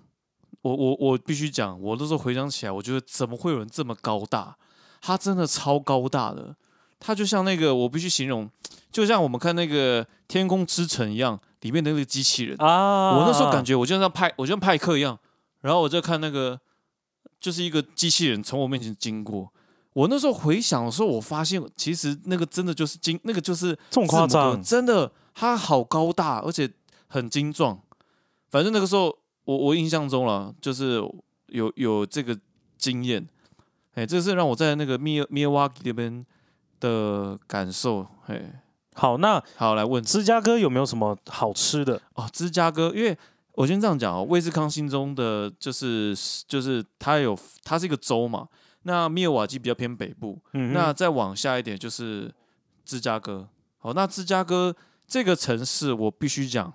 [SPEAKER 1] 我我我必须讲，我那时候回想起来，我觉得怎么会有人这么高大？他真的超高大的，他就像那个我必须形容，就像我们看那个《天空之城》一样，里面的那个机器人。
[SPEAKER 2] 啊！
[SPEAKER 1] 我那时候感觉我就像派，我就像派克一样，然后我就看那个就是一个机器人从我面前经过。我那时候回想的时候，我发现其实那个真的就是精，那个就是
[SPEAKER 2] 这么夸
[SPEAKER 1] 字母
[SPEAKER 2] 张
[SPEAKER 1] 哥，真的，他好高大，而且很精壮。反正那个时候，我我印象中了，就是有有这个经验。哎，这是让我在那个密密尔瓦基那边的感受。哎，
[SPEAKER 2] 好，那
[SPEAKER 1] 好，来问
[SPEAKER 2] 芝加哥有没有什么好吃的？
[SPEAKER 1] 哦，芝加哥，因为我先这样讲哦，威斯康星中的就是就是它有它是一个州嘛，那密尔瓦基比较偏北部，
[SPEAKER 2] 嗯哼，
[SPEAKER 1] 那再往下一点就是芝加哥。好，那芝加哥这个城市，我必须讲，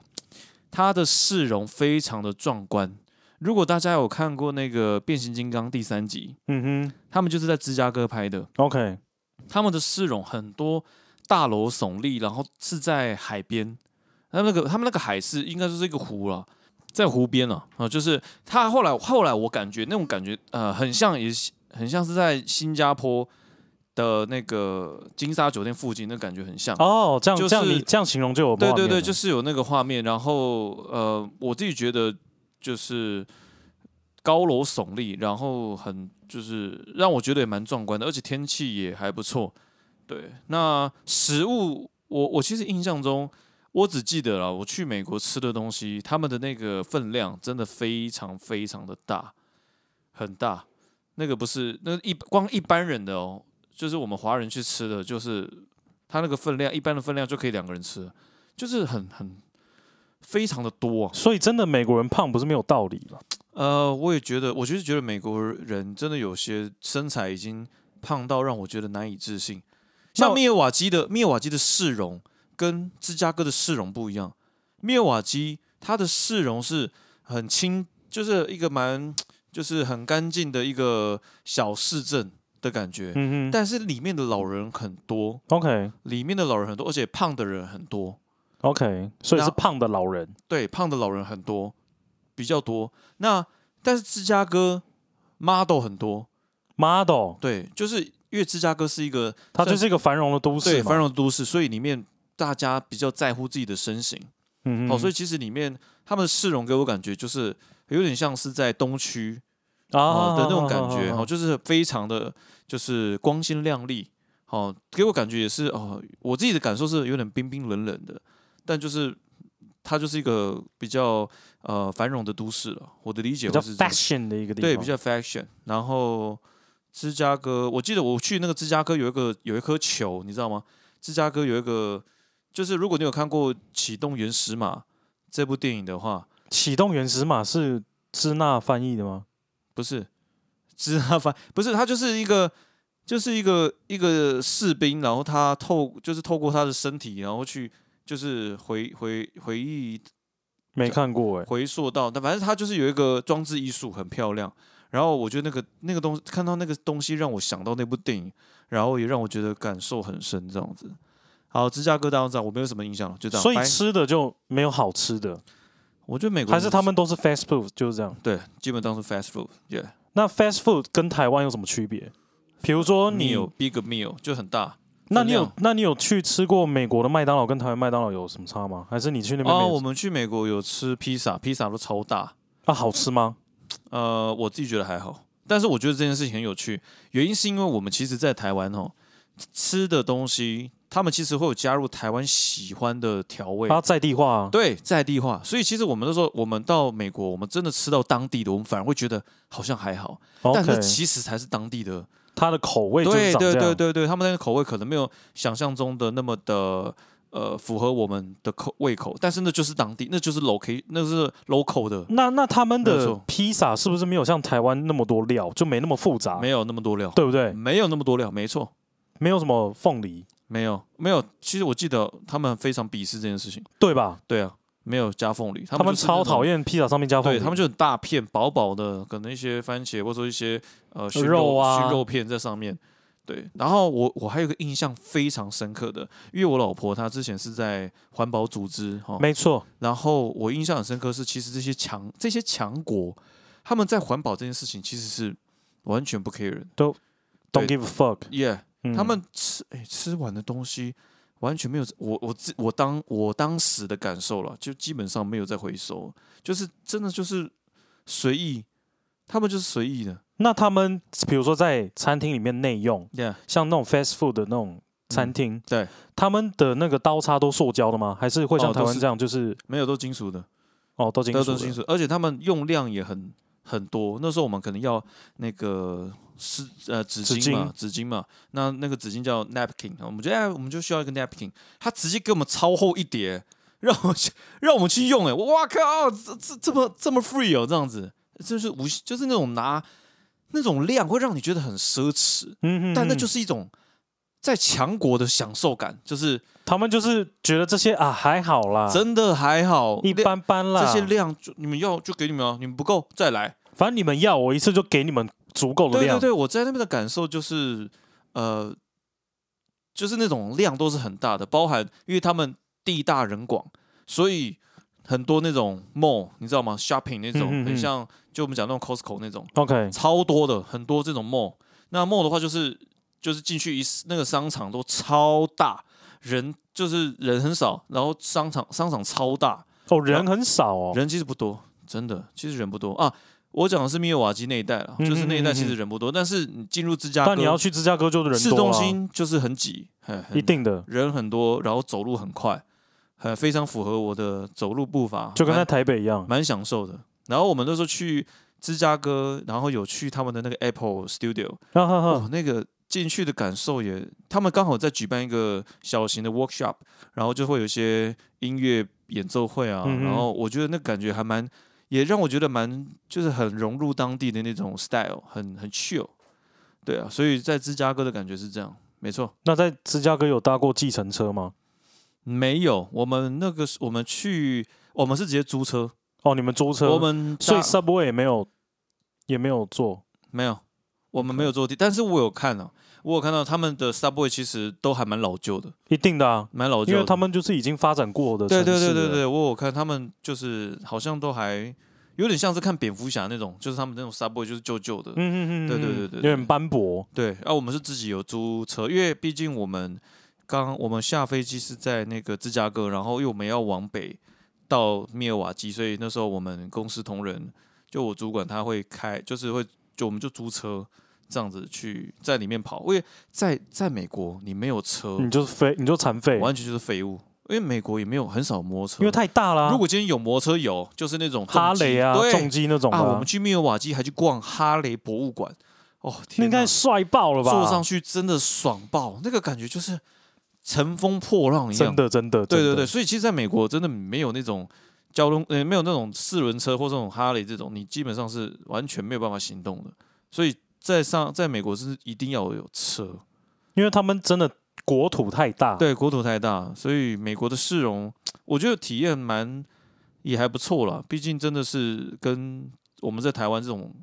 [SPEAKER 1] 它的市容非常的壮观。如果大家有看过那个《变形金刚》第三集，
[SPEAKER 2] 嗯哼
[SPEAKER 1] 他们就是在芝加哥拍的，
[SPEAKER 2] ，OK，
[SPEAKER 1] 他们的市容很多大楼耸立，然后是在海边。他们那个他们那个海是应该就是一个湖了，在湖边了啊、就是他后来后来我感觉那种感觉呃，很像也是很像是在新加坡的那个金沙酒店附近，那感觉很像。
[SPEAKER 2] 哦，这
[SPEAKER 1] 啊
[SPEAKER 2] 样、
[SPEAKER 1] 就是
[SPEAKER 2] 这样你这样形容就有
[SPEAKER 1] 对对对，就是是有那个画面。然后呃，我自己觉得就是高楼耸立，然后很就是让我觉得也蛮壮观的，而且天气也还不错。对，那食物我我其实印象中。我只记得了，我去美国吃的东西，他们的那个分量真的非常非常的大，很大。那个不是那一光一般人的哦，就是我们华人去吃的，就是它那个分量，一般的分量就可以两个人吃了，就是很很非常的多、啊。
[SPEAKER 2] 所以真的美国人胖不是没有道理了。
[SPEAKER 1] 呃，我也觉得，我就是觉得美国人真的有些身材已经胖到让我觉得难以置信。
[SPEAKER 2] 那
[SPEAKER 1] 像密尔瓦基的密尔瓦基的市容跟芝加哥的市容不一样，密尔瓦基它的市容是很清，就是一个蛮就是很干净的一个小市镇的感觉，
[SPEAKER 2] 嗯哼，
[SPEAKER 1] 但是里面的老人很多，
[SPEAKER 2] OK
[SPEAKER 1] 里面的老人很多，而且胖的人很多。
[SPEAKER 2] OK，所以
[SPEAKER 1] 然
[SPEAKER 2] 是
[SPEAKER 1] 后
[SPEAKER 2] 胖的老人
[SPEAKER 1] 对，胖的老人很多，比较多。那但是芝加哥 model 很多，
[SPEAKER 2] model，
[SPEAKER 1] 对，就是因为芝加哥是一个
[SPEAKER 2] 它哦就是一个繁荣的都市
[SPEAKER 1] 对
[SPEAKER 2] 嘛。
[SPEAKER 1] 繁荣的都市，所以里面大家比较在乎自己的身形。哦
[SPEAKER 2] 嗯哼，
[SPEAKER 1] 好、所以其实里面他们的市容给我感觉就是有点像是在东区
[SPEAKER 2] 啊
[SPEAKER 1] 啊的那种感觉，
[SPEAKER 2] 啊啊啊
[SPEAKER 1] 哦，就是非常的就是光鲜亮丽。哦，给我感觉也是哦，我自己的感受是有点冰冰冷冷的，但就是它就是一个比较呃繁荣的都市了。我的理解会
[SPEAKER 2] 比较
[SPEAKER 1] 是这样
[SPEAKER 2] fashion 的一个地方，
[SPEAKER 1] 对，比较 fashion。然后芝加哥，我记得我去那个芝加哥有一个有一颗球，你知道吗？芝加哥有一个，就是如果你有看过《启动原始码》这部电影的话，
[SPEAKER 2] 启动原始码是支那翻译的吗？
[SPEAKER 1] 不是，知他反不是他就是一个就是一个一个士兵，然后他透就是透过他的身体，然后去就是回回回忆
[SPEAKER 2] 没看过哎、
[SPEAKER 1] 回溯到，但反正他就是有一个装置艺术很漂亮。然后我觉得那个那个东看到那个东西，让我想到那部电影，然后也让我觉得感受很深，这样子。好，芝加哥大家知道，我没有什么印象了，就这样。
[SPEAKER 2] 所以
[SPEAKER 1] 拜
[SPEAKER 2] 吃的就没有好吃的，
[SPEAKER 1] 我觉得美国
[SPEAKER 2] 还是
[SPEAKER 1] 人
[SPEAKER 2] 他们都是 fast food 就是这样。
[SPEAKER 1] 对，基本当是 fast food，yeah。
[SPEAKER 2] 那 fast food 跟台湾有什么区别？比如说你
[SPEAKER 1] 有 big meal 就很大，
[SPEAKER 2] 那你
[SPEAKER 1] 分
[SPEAKER 2] 有
[SPEAKER 1] 量
[SPEAKER 2] 那你有去吃过美国的麦当劳跟台湾麦当劳有什么差吗？还是你去那边
[SPEAKER 1] 哦，
[SPEAKER 2] 没有
[SPEAKER 1] 我们去美国有吃披萨，披萨都超大。
[SPEAKER 2] 啊好吃吗？
[SPEAKER 1] 呃，我自己觉得还好，但是我觉得这件事情很有趣，原因是因为我们其实，在台湾哦吃的东西，他们其实会有加入台湾喜欢的调味，
[SPEAKER 2] 它在地化、啊，
[SPEAKER 1] 对，在地化。所以其实我们那时候，我们到美国，我们真的吃到当地的，我们反而会觉得好像还好，但是
[SPEAKER 2] OK，
[SPEAKER 1] 其实才是当地的。
[SPEAKER 2] 它的口味就是
[SPEAKER 1] 对
[SPEAKER 2] 长这
[SPEAKER 1] 对对
[SPEAKER 2] 样。
[SPEAKER 1] 对对，他们那个口味可能没有想象中的那么的呃符合我们的口胃口，但是那就是当地，那就是 loc 那是 local 的，
[SPEAKER 2] 那那他们
[SPEAKER 1] 没有
[SPEAKER 2] 的
[SPEAKER 1] 错
[SPEAKER 2] 披萨是不是没有像台湾那么多料，就没那么复杂，
[SPEAKER 1] 没有那么多料，
[SPEAKER 2] 对不对？
[SPEAKER 1] 没有那么多料，没错，
[SPEAKER 2] 没有什么凤梨，
[SPEAKER 1] 没有没有。其实我记得他们非常鄙视这件事情，
[SPEAKER 2] 对吧？
[SPEAKER 1] 对啊，没有加凤梨，
[SPEAKER 2] 他
[SPEAKER 1] 他
[SPEAKER 2] 们
[SPEAKER 1] 们就是那
[SPEAKER 2] 超
[SPEAKER 1] 种
[SPEAKER 2] 讨。厌披萨上面加凤梨，
[SPEAKER 1] 对他们就很大片薄薄的，可能一些番茄或者说一些呃熏
[SPEAKER 2] 肉啊
[SPEAKER 1] 熏肉片在上面。对，然后我我还有一个印象非常深刻的，因为我老婆她之前是在环保组织哈，
[SPEAKER 2] 没错，
[SPEAKER 1] 然后我印象很深刻是，其实这些强这些强国，他们在环保这件事情其实是完全不 care 的。
[SPEAKER 2] ，Don't
[SPEAKER 1] 对
[SPEAKER 2] give a fuck，
[SPEAKER 1] Yeah，、
[SPEAKER 2] 嗯
[SPEAKER 1] 他们吃哎吃完的东西完全没有，我我自我当我当时的感受了，就基本上没有再回收，就是真的就是随意，他们就是随意的。
[SPEAKER 2] 那他们比如说在餐厅里面内用，
[SPEAKER 1] Yeah，
[SPEAKER 2] 像那种 fast food 的那种餐厅，
[SPEAKER 1] 嗯对，
[SPEAKER 2] 他们的那个刀叉都塑胶的吗？还是会像
[SPEAKER 1] 哦
[SPEAKER 2] 台
[SPEAKER 1] 都
[SPEAKER 2] 湾
[SPEAKER 1] 是
[SPEAKER 2] 这样，就是
[SPEAKER 1] 没有都金属的，
[SPEAKER 2] 哦，都金
[SPEAKER 1] 都
[SPEAKER 2] 属
[SPEAKER 1] 都
[SPEAKER 2] 的，
[SPEAKER 1] 金属，而且他们用量也很很多。那时候我们可能要那个湿呃纸
[SPEAKER 2] 纸
[SPEAKER 1] 巾嘛，纸巾嘛，那那个纸巾叫 napkin，我们就哎我们就需要一个 napkin，他直接给我们超厚一叠， 让我去让我们去用、哎，哇靠，这这这么这么 free 哦，这样子，就是无就是那种拿那种量会让你觉得很奢侈，
[SPEAKER 2] 嗯嗯，
[SPEAKER 1] 但那就是是一种在强国的享受感，就是
[SPEAKER 2] 他们就是觉得这些啊还好啦，
[SPEAKER 1] 真的还好，
[SPEAKER 2] 一般般啦，
[SPEAKER 1] 这些量就你们要就给你们啊，你们不够再来。
[SPEAKER 2] 反正你们要我一次就给你们足够的
[SPEAKER 1] 对
[SPEAKER 2] 量，
[SPEAKER 1] 对对，我在那边的感受就是，呃，就是那种量都是很大的，包含因为他们地大人广，所以很多那种 mall 你知道吗？shopping 那种
[SPEAKER 2] 嗯嗯嗯
[SPEAKER 1] 很像就我们讲那种 Costco 那种
[SPEAKER 2] o k
[SPEAKER 1] 超多的，很多这种 mall。那 mall 的话就是就是进去一那个商场都超大，人就是人很少，然后商场商场超大，
[SPEAKER 2] 哦，人很少哦，
[SPEAKER 1] 人其实不多，真的，其实人不多啊。我讲的是密尔瓦基那一带了，
[SPEAKER 2] 嗯
[SPEAKER 1] 就是那一带其
[SPEAKER 2] 嗯嗯
[SPEAKER 1] 实人不多，但是你进入芝加哥，
[SPEAKER 2] 但你要去芝加哥就人
[SPEAKER 1] 市
[SPEAKER 2] 多
[SPEAKER 1] 中
[SPEAKER 2] 啊，
[SPEAKER 1] 心嗯就是很挤，很很
[SPEAKER 2] 一定的，
[SPEAKER 1] 人很多，然后走路很快，很非常符合我的走路步伐，
[SPEAKER 2] 就跟在
[SPEAKER 1] 蛮
[SPEAKER 2] 台北一样，
[SPEAKER 1] 蛮享受的。然后我们那时候去芝加哥，然后有去他们的那个 Apple Studio，
[SPEAKER 2] 哈啊哈
[SPEAKER 1] 哦
[SPEAKER 2] 哈，，
[SPEAKER 1] 那个进去的感受也，他们刚好在举办一个小型的 workshop，然后就会有一些音乐演奏会啊，
[SPEAKER 2] 嗯哼
[SPEAKER 1] 然后我觉得那感觉还蛮，也让我觉得蛮就是很融入当地的那种 style，很很 chill，对啊，所以在芝加哥的感觉是这样，没错。
[SPEAKER 2] 那在芝加哥有搭过计程车吗？
[SPEAKER 1] 没有，我们那个是我们去，我们是直接租车，
[SPEAKER 2] 哦，你们租车，
[SPEAKER 1] 我们
[SPEAKER 2] 所以
[SPEAKER 1] 搭
[SPEAKER 2] Subway 也没有也没有坐，
[SPEAKER 1] 没有，我们没有坐地，但是我有看啊，我有看到他们的 subway 其实都还蛮老旧的，
[SPEAKER 2] 一定的啊，
[SPEAKER 1] 蛮老旧
[SPEAKER 2] 因
[SPEAKER 1] 的，
[SPEAKER 2] 为他们就是已经发展过的城
[SPEAKER 1] 对
[SPEAKER 2] 市
[SPEAKER 1] 对
[SPEAKER 2] 了，
[SPEAKER 1] 对对对，我有看他们就是好像都还有点像是看蝙蝠侠那种，就是他们那种 subway 就是旧旧的。
[SPEAKER 2] 嗯嗯嗯嗯，
[SPEAKER 1] 对对
[SPEAKER 2] 嗯
[SPEAKER 1] 对对对
[SPEAKER 2] 有点斑驳，
[SPEAKER 1] 对，然、后我们是自己有租车，因为毕竟我们刚我们下飞机是在那个芝加哥，然后因为我们要往北到密尔瓦基，所以那时候我们公司同仁就我主管他会开，就是会就我们就租车这样子去在里面跑，因为在在美国你没有车，
[SPEAKER 2] 你就是废，你就残废，
[SPEAKER 1] 完全就是废物，因为美国也没有很少摩托车，
[SPEAKER 2] 因为太大啦、
[SPEAKER 1] 如果今天有摩托车有，就是那种重机
[SPEAKER 2] 啊哈雷啊、
[SPEAKER 1] 对
[SPEAKER 2] 重机那种的、
[SPEAKER 1] 啊，我们去密尔瓦基还去逛哈雷博物馆，哦，
[SPEAKER 2] 那
[SPEAKER 1] 天
[SPEAKER 2] 应
[SPEAKER 1] 哪
[SPEAKER 2] 该帅爆了吧？
[SPEAKER 1] 坐上去真的爽爆，那个感觉就是乘风破浪一
[SPEAKER 2] 真
[SPEAKER 1] 样。
[SPEAKER 2] 的真的，
[SPEAKER 1] 对
[SPEAKER 2] 真
[SPEAKER 1] 对
[SPEAKER 2] 的
[SPEAKER 1] 对，，所以其实在美国真的没有那种交通，呃，没有那种四轮车或这种哈雷这种，你基本上是完全没有办法行动的。所以在上在美国是一定要有车，
[SPEAKER 2] 因为他们真的国土太大，，
[SPEAKER 1] 对，国土太大，所以美国的市容，我觉得体验蛮也还不错啦。毕竟真的是跟我们在台湾这种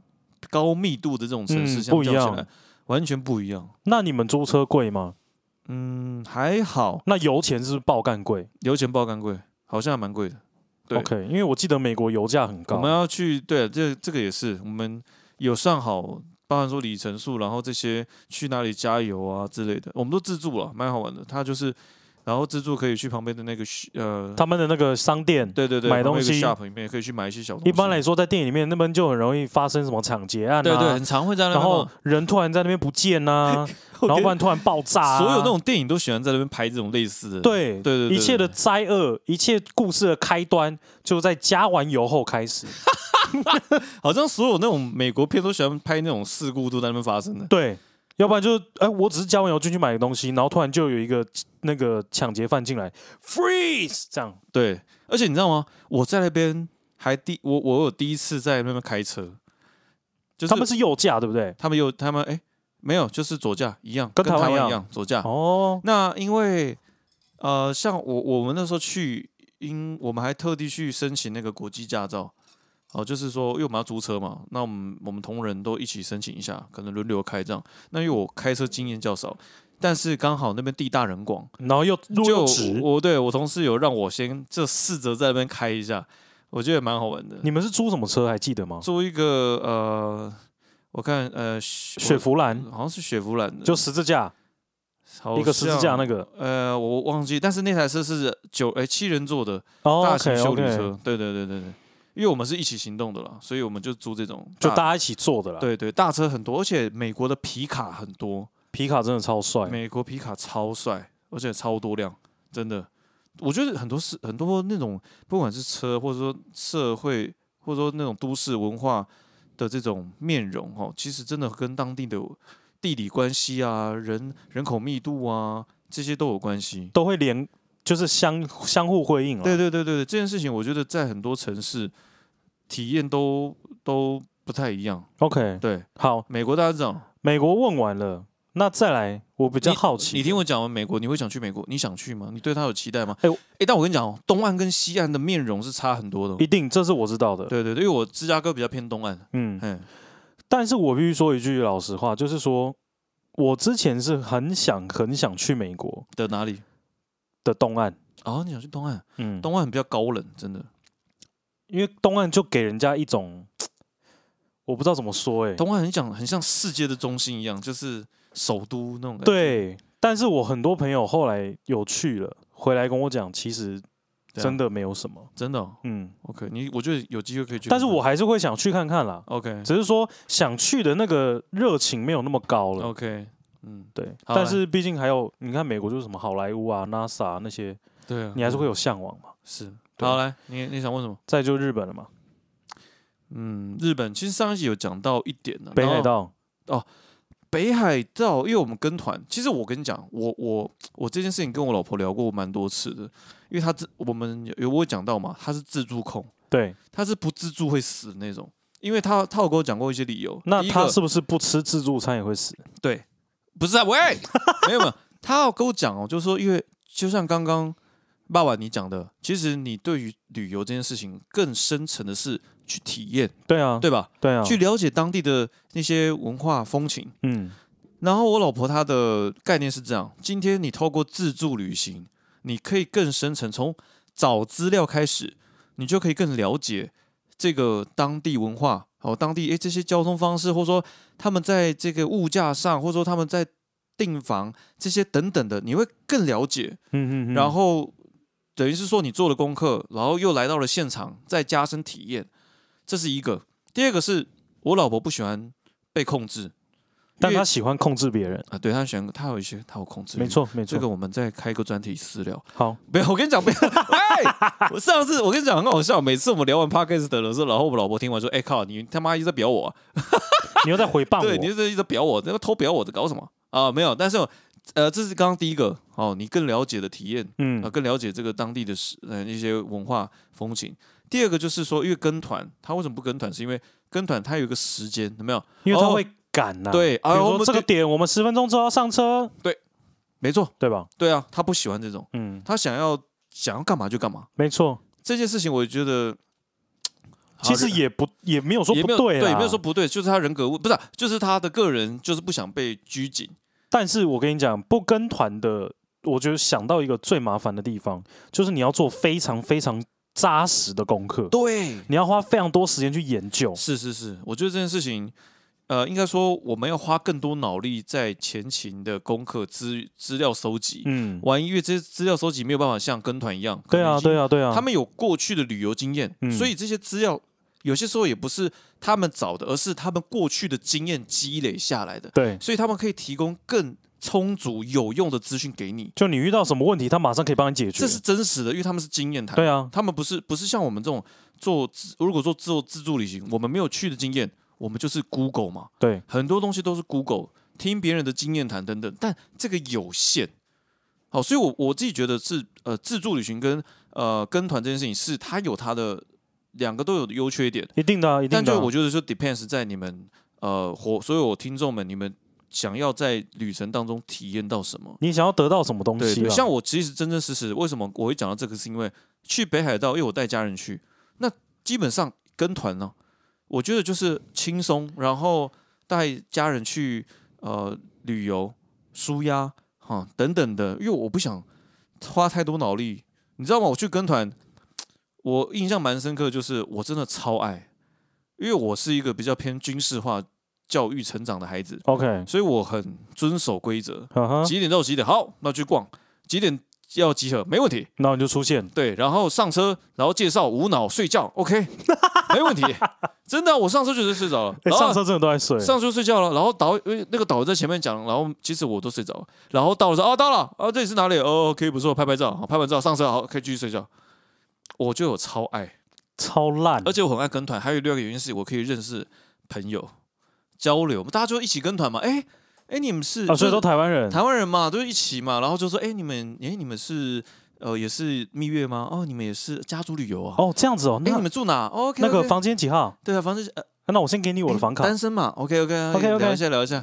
[SPEAKER 1] 高密度的这种城市
[SPEAKER 2] 嗯
[SPEAKER 1] 相
[SPEAKER 2] 不一
[SPEAKER 1] 较起
[SPEAKER 2] 样
[SPEAKER 1] 来，完全不一样。
[SPEAKER 2] 那你们租车贵吗？
[SPEAKER 1] 嗯，还好，
[SPEAKER 2] 那油钱是不是爆干贵
[SPEAKER 1] 油钱爆干贵，好像还蛮贵的。对
[SPEAKER 2] ？OK，因为我记得美国油价很
[SPEAKER 1] 我
[SPEAKER 2] 高
[SPEAKER 1] 们，要去，对，这这个也是，我们有算好，包含说里程数，然后这些去哪里加油啊之类的，我们都自助了，蛮好玩的。他就是，然后自助可以去旁边的那个呃，
[SPEAKER 2] 他们的那个商店。
[SPEAKER 1] 对对对，
[SPEAKER 2] 买
[SPEAKER 1] 旁边
[SPEAKER 2] 东
[SPEAKER 1] 有个
[SPEAKER 2] 西
[SPEAKER 1] shop 里面可以去买一些小东西。
[SPEAKER 2] 一般来说，在电影里面那边就很容易发生什么抢劫案啊，
[SPEAKER 1] 对对，很常会在那
[SPEAKER 2] 然
[SPEAKER 1] 边
[SPEAKER 2] 后
[SPEAKER 1] 嘛。
[SPEAKER 2] 人突然在那边不见呐、
[SPEAKER 1] 我
[SPEAKER 2] 然后
[SPEAKER 1] 跟
[SPEAKER 2] 不然突然爆炸、啊，
[SPEAKER 1] 所有那种电影都喜欢在那边拍这种类似的。
[SPEAKER 2] 对
[SPEAKER 1] 对对对
[SPEAKER 2] 一切的灾厄，一切故事的开端，就在加完油后开始。
[SPEAKER 1] 好像所有那种美国片都喜欢拍那种事故都在那边发生的。
[SPEAKER 2] 对，要不然就是哎、我只是加完油进去买个东西，然后突然就有一个那个抢劫犯进来，freeze 这样，
[SPEAKER 1] 对，而且你知道吗？我在那边还第我我有第一次在那边开车，就是
[SPEAKER 2] 他们是右驾对不对？
[SPEAKER 1] 他们有他们哎、没有，就是左驾一样，
[SPEAKER 2] 跟
[SPEAKER 1] 跟
[SPEAKER 2] 台湾
[SPEAKER 1] 湾
[SPEAKER 2] 一样
[SPEAKER 1] 一样左驾。
[SPEAKER 2] 哦，
[SPEAKER 1] 那因为呃，像我我们那时候去，因我们还特地去申请那个国际驾照，哦、就是说因为我们要租车嘛，那我们我们同仁都一起申请一下，可能轮流开这样。那因为我开车经验较少，但是刚好那边地大人广，
[SPEAKER 2] 然后又路
[SPEAKER 1] 就
[SPEAKER 2] 又直。
[SPEAKER 1] 我对我同事有让我先这试着在那边开一下，我觉得蛮好玩的。
[SPEAKER 2] 你们是租什么车还记得吗？
[SPEAKER 1] 租一个呃，我看呃雪
[SPEAKER 2] 雪佛兰
[SPEAKER 1] 好像是雪佛兰的，
[SPEAKER 2] 就十字架，
[SPEAKER 1] 好
[SPEAKER 2] 一个十字
[SPEAKER 1] 像
[SPEAKER 2] 架那个
[SPEAKER 1] 呃，我忘记，但是那台车是九哎七人座的
[SPEAKER 2] 哦
[SPEAKER 1] 大型
[SPEAKER 2] ，OK
[SPEAKER 1] 修理
[SPEAKER 2] OK，
[SPEAKER 1] 车，对对对对对，因为我们是一起行动的啦，所以我们就租这种
[SPEAKER 2] 就
[SPEAKER 1] 大
[SPEAKER 2] 大家一起坐的啦。，
[SPEAKER 1] 对对大车很多，而且美国的皮卡很多，
[SPEAKER 2] 皮卡真的超帅，
[SPEAKER 1] 美国皮卡超帅，而且超多辆，真的，我觉得很多是很多那种不管是车或者说社会或者说那种都市文化的这种面容哦，其实真的跟当地的地理关系啊、人人口密度啊这些都有关系。
[SPEAKER 2] 都会连就是相相互辉映啊了。
[SPEAKER 1] 对对对对对，这件事情我觉得在很多城市体验都都不太一样。
[SPEAKER 2] OK，
[SPEAKER 1] 对，
[SPEAKER 2] 好，
[SPEAKER 1] 美国大家知道，
[SPEAKER 2] 美国问完了，那再来，我比较好奇，
[SPEAKER 1] 你听我讲完美国，你会想去美国？你想去吗？你对他有期待吗？哎、
[SPEAKER 2] 哎我
[SPEAKER 1] 但我跟你讲哦，东岸跟西岸的面容是差很多的哦。
[SPEAKER 2] 一定这是我知道的。
[SPEAKER 1] 对对对，因为我芝加哥比较偏东岸，
[SPEAKER 2] 嗯，
[SPEAKER 1] 嗯，
[SPEAKER 2] 但是我必须说一句老实话，就是说我之前是很想很想去美国
[SPEAKER 1] 的哪里？
[SPEAKER 2] 的东岸，
[SPEAKER 1] 哦，你想去东岸？
[SPEAKER 2] 嗯，
[SPEAKER 1] 东岸比较高冷，真的。
[SPEAKER 2] 因为东岸就给人家一种我不知道怎么说、欸，哎，
[SPEAKER 1] 东岸很像很像世界的中心一样，就是首都那种感觉。
[SPEAKER 2] 对。但是我很多朋友后来有去了，回来跟我讲，其实
[SPEAKER 1] 对啊
[SPEAKER 2] 真的没有什么，
[SPEAKER 1] 真的哦、
[SPEAKER 2] 嗯，
[SPEAKER 1] OK，你我觉得有机会可以去看看。
[SPEAKER 2] 但是我还是会想去看看啦。
[SPEAKER 1] OK
[SPEAKER 2] 只是说想去的那个热情没有那么高了。
[SPEAKER 1] OK，嗯，
[SPEAKER 2] 对，
[SPEAKER 1] 好
[SPEAKER 2] 但
[SPEAKER 1] 来
[SPEAKER 2] 是毕竟还有，你看美国就是什么好莱坞啊、NASA 啊那些，
[SPEAKER 1] 对啊，
[SPEAKER 2] 你还是
[SPEAKER 1] 嗯
[SPEAKER 2] 会有向往嘛。
[SPEAKER 1] 是，
[SPEAKER 2] 对
[SPEAKER 1] 好来，你你想问什么？
[SPEAKER 2] 再就日本了嘛，
[SPEAKER 1] 嗯，日本其实上一集有讲到一点呢、
[SPEAKER 2] 北海
[SPEAKER 1] 然后，
[SPEAKER 2] 道，
[SPEAKER 1] 北海道，因为我们跟团，其实我跟你讲，我我我这件事情跟我老婆聊过蛮多次的，因为她自我们有有我有讲到嘛，她是自助控，
[SPEAKER 2] 对，
[SPEAKER 1] 她是不自助会死的那种，因为她她有跟我讲过一些理由，
[SPEAKER 2] 那
[SPEAKER 1] 第一
[SPEAKER 2] 他
[SPEAKER 1] 个
[SPEAKER 2] 是不是不吃自助餐也会死？
[SPEAKER 1] 对，不是啊，喂， 没有没有，她有跟我讲哦，就是说，因为就像刚刚爸爸你讲的，其实你对于旅游这件事情更深层的是去体验，
[SPEAKER 2] 对啊，
[SPEAKER 1] 对吧？
[SPEAKER 2] 对啊，
[SPEAKER 1] 去了解当地的那些文化风情。
[SPEAKER 2] 嗯，
[SPEAKER 1] 然后我老婆她的概念是这样：今天你透过自助旅行，你可以更深层，从找资料开始，你就可以更了解这个当地文化，哦，当地诶这些交通方式，或者说他们在这个物价上，或者说他们在订房这些等等的，你会更了解。
[SPEAKER 2] 嗯嗯嗯，
[SPEAKER 1] 然后等于是说你做了功课，然后又来到了现场，再加深体验，这是一个。第二个是我老婆不喜欢被控制
[SPEAKER 2] 但
[SPEAKER 1] 因为
[SPEAKER 2] 他喜欢控制别人，
[SPEAKER 1] 啊，对她喜欢，她有一些她有控制，
[SPEAKER 2] 没。错没
[SPEAKER 1] 这
[SPEAKER 2] 错，
[SPEAKER 1] 个我们再开个专题私聊。
[SPEAKER 2] 好，
[SPEAKER 1] 不要，我跟你讲，不要。 喂，我上次我跟你讲很好笑，每次我们聊完 podcast 的时候，然后我老婆听完说：“哎、靠，你他妈一直在表我、啊，
[SPEAKER 2] 你又在 回谤
[SPEAKER 1] 对，你
[SPEAKER 2] 我，
[SPEAKER 1] 这一直表我，这个偷表我，在搞什么啊？”没有，但是呃，这是刚刚第一个哦，你更了解的体验。啊，
[SPEAKER 2] 嗯，
[SPEAKER 1] 更了解这个当地的是呃一些文化风情。第二个就是说，因为跟团，他为什么不跟团？是因为跟团他有一个时间，有没有？
[SPEAKER 2] 因为他
[SPEAKER 1] 哦
[SPEAKER 2] 会赶呐，，
[SPEAKER 1] 对，
[SPEAKER 2] 比
[SPEAKER 1] 啊，
[SPEAKER 2] 如
[SPEAKER 1] 我
[SPEAKER 2] 说
[SPEAKER 1] 们
[SPEAKER 2] 这个
[SPEAKER 1] 对
[SPEAKER 2] 点我们十分钟之后要上车，
[SPEAKER 1] 没错，
[SPEAKER 2] 对吧？
[SPEAKER 1] 对啊，他不喜欢这种，
[SPEAKER 2] 嗯，
[SPEAKER 1] 他想要想要干嘛就干嘛。
[SPEAKER 2] 没错，
[SPEAKER 1] 这件事情，我觉得
[SPEAKER 2] 其实
[SPEAKER 1] 好
[SPEAKER 2] 也不也没有说
[SPEAKER 1] 也
[SPEAKER 2] 不
[SPEAKER 1] 没有
[SPEAKER 2] 对啦，
[SPEAKER 1] 也没有说不对，就是他人格问不是啊、就是他的个人就是不想被拘谨。
[SPEAKER 2] 但是我跟你讲，不跟团的，我觉得想到一个最麻烦的地方，就是你要做非常非常扎实的功课，
[SPEAKER 1] 对，
[SPEAKER 2] 你要花非常多时间去研究。
[SPEAKER 1] 是是是，我觉得这件事情，呃，应该说我们要花更多脑力在前情的功课资资料搜集，
[SPEAKER 2] 嗯，
[SPEAKER 1] 玩音乐这些资料收集没有办法像跟团一样，
[SPEAKER 2] 对啊，对
[SPEAKER 1] 啊，
[SPEAKER 2] 啊，对啊。
[SPEAKER 1] 他们有过去的旅游经验，
[SPEAKER 2] 嗯
[SPEAKER 1] 所以这些资料有些时候也不是他们找的，而是他们过去的经验积累下来的，
[SPEAKER 2] 对，
[SPEAKER 1] 所以他们可以提供更充足有用的资讯给你，
[SPEAKER 2] 就你遇到什么问题，他马上可以帮你解决
[SPEAKER 1] 这。是真实的，因为他们是经验谈，
[SPEAKER 2] 对啊，
[SPEAKER 1] 他们不是不是像我们这种做自如果说做自助旅行，我们没有去的经验，我们就是 Google 嘛，
[SPEAKER 2] 对，
[SPEAKER 1] 很多东西都是 Google。听别人的经验谈等等，但这个有限。好，所以我我自己觉得是呃自助旅行跟呃跟团这件事情是它有它的两个都有优缺点，
[SPEAKER 2] 一定的啊，一定
[SPEAKER 1] 但
[SPEAKER 2] 的啊。
[SPEAKER 1] 就我觉得说 depends 在你们呃火所有听众们你们想要在旅程当中体验到什么。
[SPEAKER 2] 你想要得到什么东
[SPEAKER 1] 对
[SPEAKER 2] 西啊
[SPEAKER 1] 对，
[SPEAKER 2] 啦？
[SPEAKER 1] 像我其实真真实实，为什么我会讲到这个，是因为去北海道，因为我带家人去，那基本上跟团呢、我觉得就是轻松，然后带家人去呃旅游、舒压哈等等的，因为我不想花太多脑力，你知道吗？我去跟团，我印象蛮深刻，就是我真的超爱，因为我是一个比较偏军事化教育成长的孩子，
[SPEAKER 2] OK，
[SPEAKER 1] 所以我很遵守规则。
[SPEAKER 2] 嗯哼，
[SPEAKER 1] 几点到几点？好，那去逛。几点要集合？没问题。
[SPEAKER 2] 那你就出现，
[SPEAKER 1] 对，然后上车，然后介绍无脑睡觉，OK，没 问题。真的啊、我上车就是睡着了，
[SPEAKER 2] 哎，
[SPEAKER 1] 然
[SPEAKER 2] 上
[SPEAKER 1] 后
[SPEAKER 2] 车真的都在睡，
[SPEAKER 1] 上车睡觉了，然后导因为那个导游在前面讲，然后其实我都睡着了，然后到了说哦到了，哦这里是哪里？哦可以不错，拍拍照，好拍完照上车好可以继续睡觉。我就有超爱，
[SPEAKER 2] 超烂
[SPEAKER 1] 而。且我很爱跟团，还有另外一个原因是我可以认识朋友交流，大家就一起跟团嘛。哎哎，你们是
[SPEAKER 2] 啊，所
[SPEAKER 1] 就
[SPEAKER 2] 以
[SPEAKER 1] 是
[SPEAKER 2] 都台湾人，
[SPEAKER 1] 台湾人嘛，都一起嘛，然后就说，哎、你们，哎、你们是呃也是蜜月吗？哦，你们也是家族旅游啊？
[SPEAKER 2] 哦，这样子哦，
[SPEAKER 1] 哎、
[SPEAKER 2] 那
[SPEAKER 1] 你们住哪哦？OK，
[SPEAKER 2] 那个房间几号？
[SPEAKER 1] 对啊，房子呃，
[SPEAKER 2] 那我先给你我的
[SPEAKER 1] 诶
[SPEAKER 2] 房卡，
[SPEAKER 1] 单身嘛，OK OK
[SPEAKER 2] OK，OK
[SPEAKER 1] 聊一下聊一下，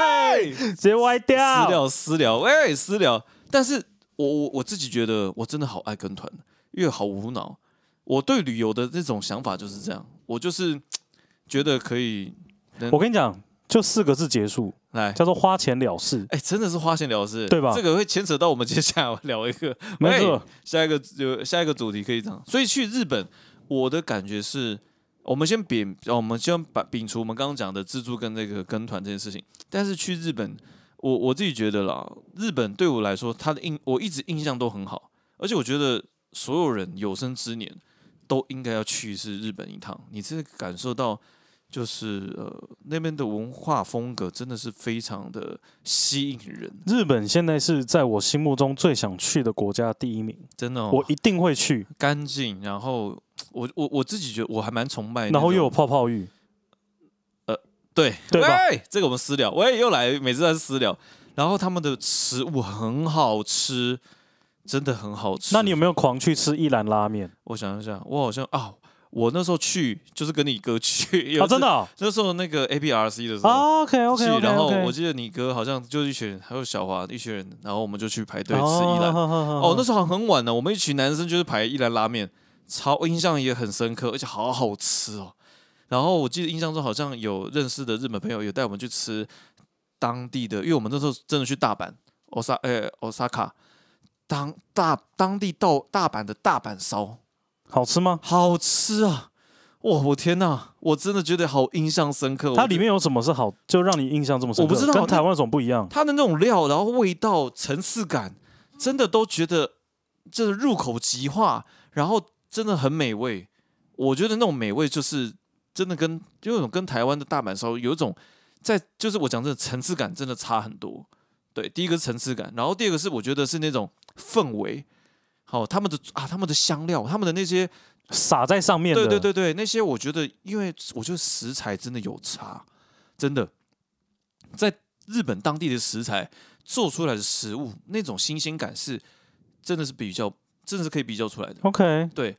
[SPEAKER 1] 喂，私
[SPEAKER 2] 直接歪掉。
[SPEAKER 1] 聊私聊，喂，私聊，但是我我我自己觉得我真的好爱跟团，因为好无脑，我对旅游的那种想法就是这样，我就是觉得可以
[SPEAKER 2] 我跟你讲，就四个字结束，
[SPEAKER 1] 来。
[SPEAKER 2] 叫做花钱了事，
[SPEAKER 1] 哎、真的是花钱了事，
[SPEAKER 2] 对吧
[SPEAKER 1] 这个会牵扯到我们接下来聊一个，
[SPEAKER 2] 没
[SPEAKER 1] 喂
[SPEAKER 2] 错。
[SPEAKER 1] 哎下一个有下一个主题可以这样。所以去日本，我的感觉是，我们先摒，哦我们先把摒除我们刚刚讲的自助跟那个跟团这件事情。但是去日本，我我自己觉得啦，日本对我来说，它的印我一直印象都很好，而且我觉得所有人有生之年都应该要去一次日本一趟，你真的感受到。就是呃，那边的文化风格真的是非常的吸引人，
[SPEAKER 2] 日本现在是在我心目中最想去的国家第一名，
[SPEAKER 1] 真的、哦。
[SPEAKER 2] 我一定会去。
[SPEAKER 1] 干净，然后我我我自己觉得我还蛮崇哎拜那种，
[SPEAKER 2] 然后又有泡泡浴，
[SPEAKER 1] 对
[SPEAKER 2] 对吧
[SPEAKER 1] 喂，这个我们私聊，喂，又来，每次都是私聊。然后他们的食物很好吃，真的很好吃。
[SPEAKER 2] 那你有没有狂去吃一兰拉面
[SPEAKER 1] 我想一下，我好像啊，我那时候去就是跟你哥去，有
[SPEAKER 2] 啊？
[SPEAKER 1] 一次
[SPEAKER 2] 真的啊
[SPEAKER 1] 那时候那个 A B R C 的时候。
[SPEAKER 2] ？OK OK
[SPEAKER 1] 去
[SPEAKER 2] OK
[SPEAKER 1] 然后我记得你哥好像就是一群人，还有小华一群人，然后我们就去排队吃一兰。哦
[SPEAKER 2] 哦，
[SPEAKER 1] 那时候很晚了，我们一群男生就是排一兰拉面，超印象也很深刻，而且好好吃哦。然后我记得印象中好像有认识的日本朋友有带我们去吃当地的，因为我们那时候真的去大阪、o s a 呃 Osaka 当大当地到大阪的大阪烧，
[SPEAKER 2] 好吃吗？
[SPEAKER 1] 好吃啊！哇，我天哪，我真的觉得好印象深刻。
[SPEAKER 2] 它
[SPEAKER 1] 我觉
[SPEAKER 2] 里面有什么是好，就让你印象这么深
[SPEAKER 1] 我
[SPEAKER 2] 刻？
[SPEAKER 1] 不知道
[SPEAKER 2] 跟台湾有什么不一样？
[SPEAKER 1] 它的那种料，然后味道、层次感，真的都觉得就是入口即化，然后真的很美味。我觉得那种美味就是真的跟就有种跟台湾的大阪烧有一种在，就是我讲这层次感真的差很多。对，第一个是层次感，然后第二个是我觉得是那种氛围，好、他们的啊，他们的香料，他们的那些
[SPEAKER 2] 撒在上面的，
[SPEAKER 1] 对对对对，那些我觉得，因为我觉得食材真的有差，真的，在日本当地的食材做出来的食物，那种新鲜感是真的是比较，真的是可以比较出来的。
[SPEAKER 2] ，OK。
[SPEAKER 1] 对，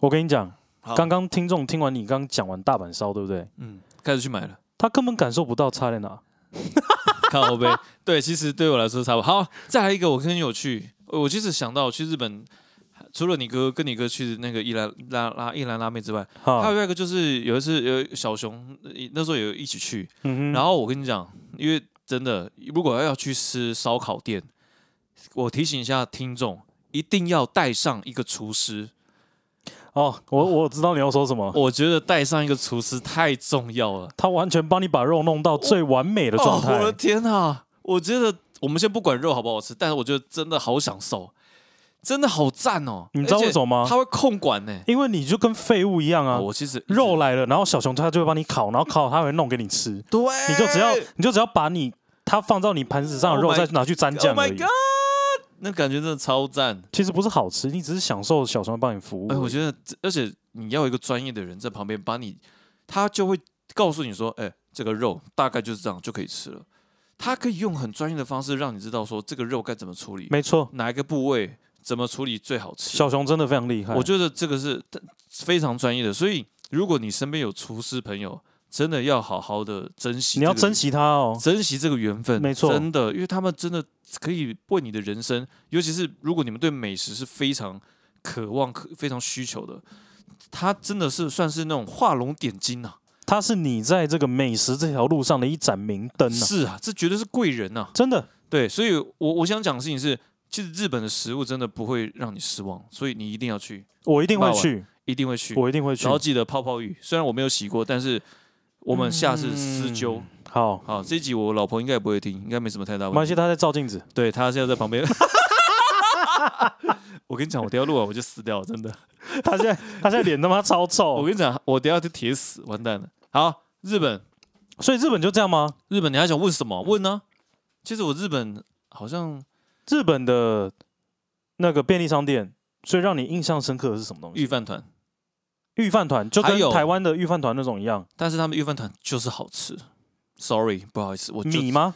[SPEAKER 2] 我跟你讲，
[SPEAKER 1] 好
[SPEAKER 2] 刚刚听众听完你刚讲完大阪烧，对不对？
[SPEAKER 1] 嗯，开始去买了，
[SPEAKER 2] 他根本感受不到差在哪。
[SPEAKER 1] 看后背。 对，其实对我来说差不多。好，再来一个，我很有趣，我其实想到去日本。除了你哥跟你哥去那个伊兰拉拉伊兰拉妹之外，还有
[SPEAKER 2] 哈，
[SPEAKER 1] 另外一个就是有一次有小熊那时候有一起去，
[SPEAKER 2] 嗯哼
[SPEAKER 1] 然后我跟你讲，因为真的，如果要去吃烧烤店，我提醒一下听众，一定要带上一个厨师。
[SPEAKER 2] 哦，我我知道你要说什么，
[SPEAKER 1] 我觉得带上一个厨师太重要了。
[SPEAKER 2] 他完全帮你把肉弄到最完美的状
[SPEAKER 1] 哦，我的
[SPEAKER 2] 态。
[SPEAKER 1] 天啊！我觉得我们先不管肉好不好吃，但是我觉得真的好享受，真的好赞哦！
[SPEAKER 2] 你知道为什么吗
[SPEAKER 1] 而且他会控管呢、
[SPEAKER 2] 因为你就跟废物一样
[SPEAKER 1] 啊，
[SPEAKER 2] 啊，
[SPEAKER 1] 我其实
[SPEAKER 2] 肉来了，然后小熊它就会帮你烤，然后烤好它会弄给你吃，你
[SPEAKER 1] 对，
[SPEAKER 2] 就只要你就只要把你它放到你盘子上的
[SPEAKER 1] 哎 Oh
[SPEAKER 2] 肉
[SPEAKER 1] my-
[SPEAKER 2] 再拿去沾
[SPEAKER 1] Oh
[SPEAKER 2] 酱而
[SPEAKER 1] my
[SPEAKER 2] 已
[SPEAKER 1] God，。那感觉真的超赞。
[SPEAKER 2] 其实不是好吃，你只是享受小熊帮你服务
[SPEAKER 1] 哎、
[SPEAKER 2] 而已。
[SPEAKER 1] 我觉得这，而且你要有一个专业的人在旁边帮你，他就会告诉你说，哎、这个肉大概就是这样就可以吃了。它可以用很专业的方式让你知道说这个肉该怎么处理，
[SPEAKER 2] 没错，
[SPEAKER 1] 哪一个部位怎么处理最好吃。
[SPEAKER 2] 小熊真的非常厉害。
[SPEAKER 1] 我觉得这个是非常专业的，所以如果你身边有厨师朋友，真的要好好的珍惜、
[SPEAKER 2] 你要珍惜它哦，
[SPEAKER 1] 珍惜这个缘分，
[SPEAKER 2] 没错
[SPEAKER 1] 真的，因为他们真的可以为你的人生，尤其是如果你们对美食是非常渴望、可非常需求的，它真的是算是那种画龙点睛啊呐、
[SPEAKER 2] 它是你在这个美食这条路上的一盏明灯啊，
[SPEAKER 1] 是啊，这绝对是贵人呐、
[SPEAKER 2] 真的。
[SPEAKER 1] 对，所以我我想讲的事情是，其实日本的食物真的不会让你失望，所以你一定要去，
[SPEAKER 2] 我一定
[SPEAKER 1] 骂
[SPEAKER 2] 会
[SPEAKER 1] 完
[SPEAKER 2] 去，
[SPEAKER 1] 一定会去。
[SPEAKER 2] 我一定会去
[SPEAKER 1] 然。后记得泡泡浴，虽然我没有洗过，但是我们下次私揪。
[SPEAKER 2] 嗯好，
[SPEAKER 1] 好，这一集我老婆应该也不会听，应该没什么太大
[SPEAKER 2] 没关
[SPEAKER 1] 问
[SPEAKER 2] 系，
[SPEAKER 1] 题。
[SPEAKER 2] 他在照镜子。
[SPEAKER 1] 对，她现在在旁边。 我跟你讲，我等一下录完我就死掉了，真的。
[SPEAKER 2] 他现在他现在脸他妈超
[SPEAKER 1] 我
[SPEAKER 2] 臭，
[SPEAKER 1] 跟你讲，我等一下就铁死，完蛋了。好，日本，
[SPEAKER 2] 所以日本就这样吗？
[SPEAKER 1] 日本，你还想问什么？问呢、其实我日本好像
[SPEAKER 2] 日本的那个便利商店，最让你印象深刻的是什么东
[SPEAKER 1] 御
[SPEAKER 2] 西？
[SPEAKER 1] 饭团，
[SPEAKER 2] 御饭团就
[SPEAKER 1] 还
[SPEAKER 2] 跟
[SPEAKER 1] 有
[SPEAKER 2] 台湾的御饭团那种一样，
[SPEAKER 1] 但是他们御饭团就是好吃。Sorry，不好意思，我就
[SPEAKER 2] 米吗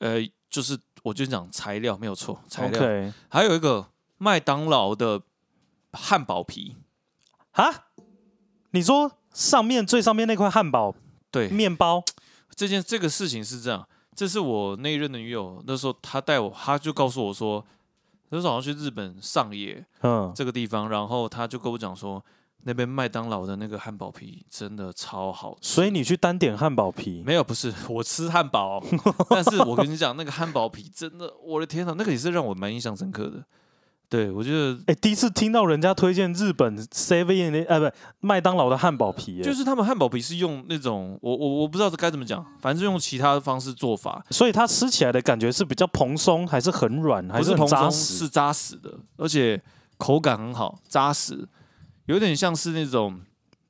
[SPEAKER 1] 呃，就是我就讲材料没有错，材料。
[SPEAKER 2] ？OK，
[SPEAKER 1] 还有一个麦当劳的汉堡皮，
[SPEAKER 2] 啊，你说上面最上面那块汉堡
[SPEAKER 1] 对，
[SPEAKER 2] 面包，
[SPEAKER 1] 这件这个事情是这样，这是我那一任的女友，那时候她带我，她就告诉我说，那时候好像去日本上野
[SPEAKER 2] 嗯，
[SPEAKER 1] 这个地方，然后她就跟我讲说，那边麦当劳的那个汉堡皮真的超好吃。
[SPEAKER 2] 所以你去单点汉堡皮，
[SPEAKER 1] 没有，不是我吃汉堡，但是我跟你讲，那个汉堡皮真的，我的天哪，那个也是让我蛮印象深刻的。对，我觉得
[SPEAKER 2] 哎、第一次听到人家推荐日本 Seven 呃，不麦当劳的汉堡皮、耶
[SPEAKER 1] 就是他们汉堡皮是用那种，我我我不知道该怎么讲，反正是用其他的方式做法，
[SPEAKER 2] 所以它吃起来的感觉是比较蓬松，还是很软，还
[SPEAKER 1] 不是
[SPEAKER 2] 很
[SPEAKER 1] 蓬
[SPEAKER 2] 扎
[SPEAKER 1] 松，
[SPEAKER 2] 实？
[SPEAKER 1] 是扎实的，而且口感很好，扎实，有点像是那种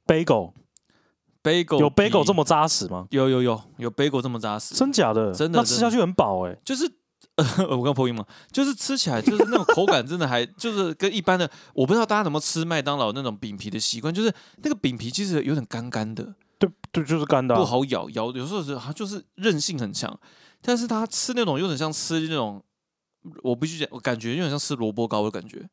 [SPEAKER 2] bagel
[SPEAKER 1] bagel，
[SPEAKER 2] 有 bagel
[SPEAKER 1] 皮
[SPEAKER 2] 这么扎实吗？
[SPEAKER 1] 有有有有 bagel 这么扎实，
[SPEAKER 2] 真假的？
[SPEAKER 1] 真的
[SPEAKER 2] 那吃下去很饱哎、
[SPEAKER 1] 就是。 我刚破音嘛，就是吃起来就是那种口感，真的还 就是跟一般的，我不知道大家有没有吃麦当劳那种饼皮的习惯，就是那个饼皮其实有点干干的，
[SPEAKER 2] 对对，就是干的啊、
[SPEAKER 1] 不好咬，咬有时候是它就是韧性很强，但是它吃那种有点像吃那种，我必须讲，我感觉有点像吃萝卜糕的感觉，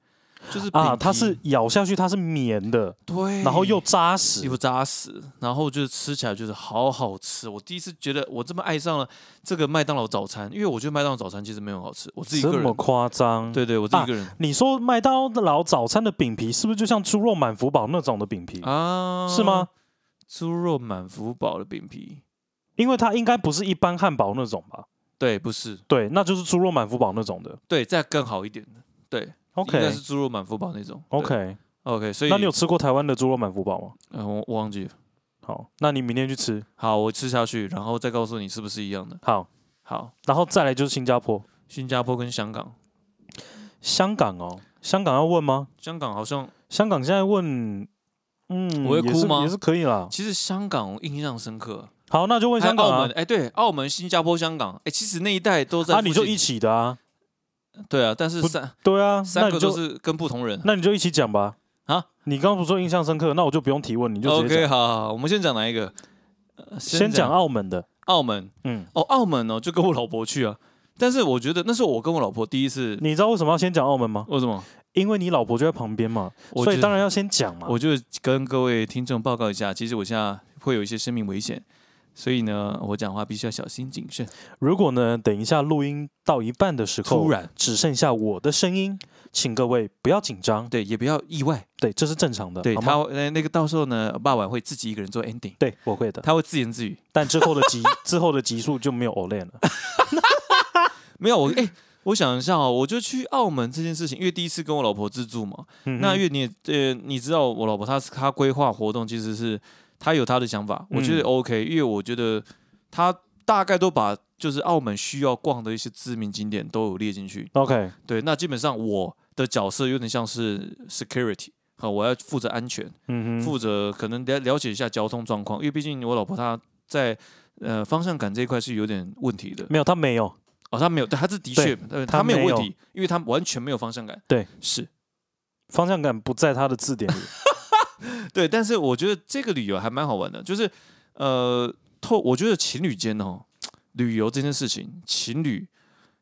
[SPEAKER 1] 就是饼
[SPEAKER 2] 啊，
[SPEAKER 1] 皮
[SPEAKER 2] 它是咬下去它是绵的，
[SPEAKER 1] 对，
[SPEAKER 2] 然后又扎实
[SPEAKER 1] 又。扎实，然后就是吃起来就是好好吃。我第一次觉得我这么爱上了这个麦当劳早餐，因为我觉得麦当劳早餐其实没有很好吃，我自己
[SPEAKER 2] 这
[SPEAKER 1] 个
[SPEAKER 2] 么
[SPEAKER 1] 人，
[SPEAKER 2] 夸张？，
[SPEAKER 1] 对对，我自己个人
[SPEAKER 2] 你说麦当劳早餐的饼皮是不是就像猪肉满福堡那种的饼皮？
[SPEAKER 1] 啊
[SPEAKER 2] 是吗？？
[SPEAKER 1] 猪肉满福堡的饼皮，
[SPEAKER 2] 因为它应该不是一般汉堡那种吧？
[SPEAKER 1] 对，不是，
[SPEAKER 2] 对，那就是猪肉满福堡那种的。
[SPEAKER 1] 对，再更好一点的，对应该
[SPEAKER 2] OK
[SPEAKER 1] 是猪肉满福堡那种。对
[SPEAKER 2] OK，
[SPEAKER 1] OK，所以
[SPEAKER 2] 那你有吃过台湾的猪肉满福堡吗？
[SPEAKER 1] 呃，我我忘记了。
[SPEAKER 2] 好，那你明天去吃。
[SPEAKER 1] 好，我吃下去，然后再告诉你是不是一样的。
[SPEAKER 2] 好，
[SPEAKER 1] 好，
[SPEAKER 2] 然后再来就是新加坡、
[SPEAKER 1] 新加坡跟香港，
[SPEAKER 2] 香港哦。香港要问吗？
[SPEAKER 1] 香港好像
[SPEAKER 2] 香港现在问，嗯，
[SPEAKER 1] 我会
[SPEAKER 2] 也
[SPEAKER 1] 哭
[SPEAKER 2] 是
[SPEAKER 1] 吗
[SPEAKER 2] 也是可以啦。
[SPEAKER 1] 其实香港我印象深刻，
[SPEAKER 2] 好，那就问
[SPEAKER 1] 还有
[SPEAKER 2] 香港
[SPEAKER 1] 澳
[SPEAKER 2] 啊
[SPEAKER 1] 门，，哎、对，澳门、新加坡、香港，哎、其实那一带都在
[SPEAKER 2] 啊，
[SPEAKER 1] 附近。
[SPEAKER 2] 你就一起的啊，
[SPEAKER 1] 对啊，但是
[SPEAKER 2] 不
[SPEAKER 1] 三
[SPEAKER 2] 对啊，那
[SPEAKER 1] 三
[SPEAKER 2] 你
[SPEAKER 1] 个都
[SPEAKER 2] 就是
[SPEAKER 1] 跟不同人。
[SPEAKER 2] 那你就一起讲吧。
[SPEAKER 1] 啊，
[SPEAKER 2] 你刚刚不是说印象深刻，那我就不用提问，你就直接
[SPEAKER 1] OK，
[SPEAKER 2] 讲。
[SPEAKER 1] 好好好，我们先讲哪一个？呃
[SPEAKER 2] 先讲啊澳门的，
[SPEAKER 1] 澳门
[SPEAKER 2] 嗯，
[SPEAKER 1] 哦，澳门哦，就跟我老婆去啊。但是我觉得那是我跟我老婆第一次，
[SPEAKER 2] 你知道为什么要先讲澳门吗？
[SPEAKER 1] 为什么？
[SPEAKER 2] 因为你老婆就在旁边嘛，
[SPEAKER 1] 我
[SPEAKER 2] 所以
[SPEAKER 1] 觉得
[SPEAKER 2] 当然要先讲嘛。
[SPEAKER 1] 我就跟各位听众报告一下，其实我现在会有一些生命危险，所以呢，我讲话必须要小心谨慎。
[SPEAKER 2] 如果呢，等一下录音到一半的时候，
[SPEAKER 1] 突然
[SPEAKER 2] 只剩下我的声音，请各位不要紧张，
[SPEAKER 1] 对，也不要意外。
[SPEAKER 2] 对，这是正常的，
[SPEAKER 1] 对
[SPEAKER 2] 好
[SPEAKER 1] 他
[SPEAKER 2] 吗？
[SPEAKER 1] 呃那个到时候呢，爸晚会自己一个人做 ending，
[SPEAKER 2] 对，我会的。
[SPEAKER 1] 他会自言自语。
[SPEAKER 2] 但之后的 集之后的集数就没有 Olen 了。
[SPEAKER 1] 没有我哎、我想一下哦，我就去澳门这件事情，因为第一次跟我老婆自助嘛。
[SPEAKER 2] 嗯哼
[SPEAKER 1] 那因为你也呃，你知道我老婆她是她规划活动其实是她有她的想法，我觉得
[SPEAKER 2] 嗯
[SPEAKER 1] OK，、因为我觉得她大概都把就是澳门需要逛的一些知名景点都有列进去。
[SPEAKER 2] OK，
[SPEAKER 1] 对，那基本上我的角色有点像是 security。好，我要负责安全，
[SPEAKER 2] 嗯哼，
[SPEAKER 1] 负责可能了了解一下交通状况，因为毕竟我老婆她在呃方向感这一块是有点问题的。
[SPEAKER 2] 没有他没有，
[SPEAKER 1] 哦，她没有，对她是的
[SPEAKER 2] 对
[SPEAKER 1] 确，呃
[SPEAKER 2] 她
[SPEAKER 1] 她没有
[SPEAKER 2] 没
[SPEAKER 1] 问
[SPEAKER 2] 有
[SPEAKER 1] 题，因为她完全没有方向感。
[SPEAKER 2] 对，
[SPEAKER 1] 是
[SPEAKER 2] 方向感不在他的 字典里。
[SPEAKER 1] 对，但是我觉得这个旅游还蛮好玩的，就是呃，透，我觉得情侣间哦，旅游这件事情，情侣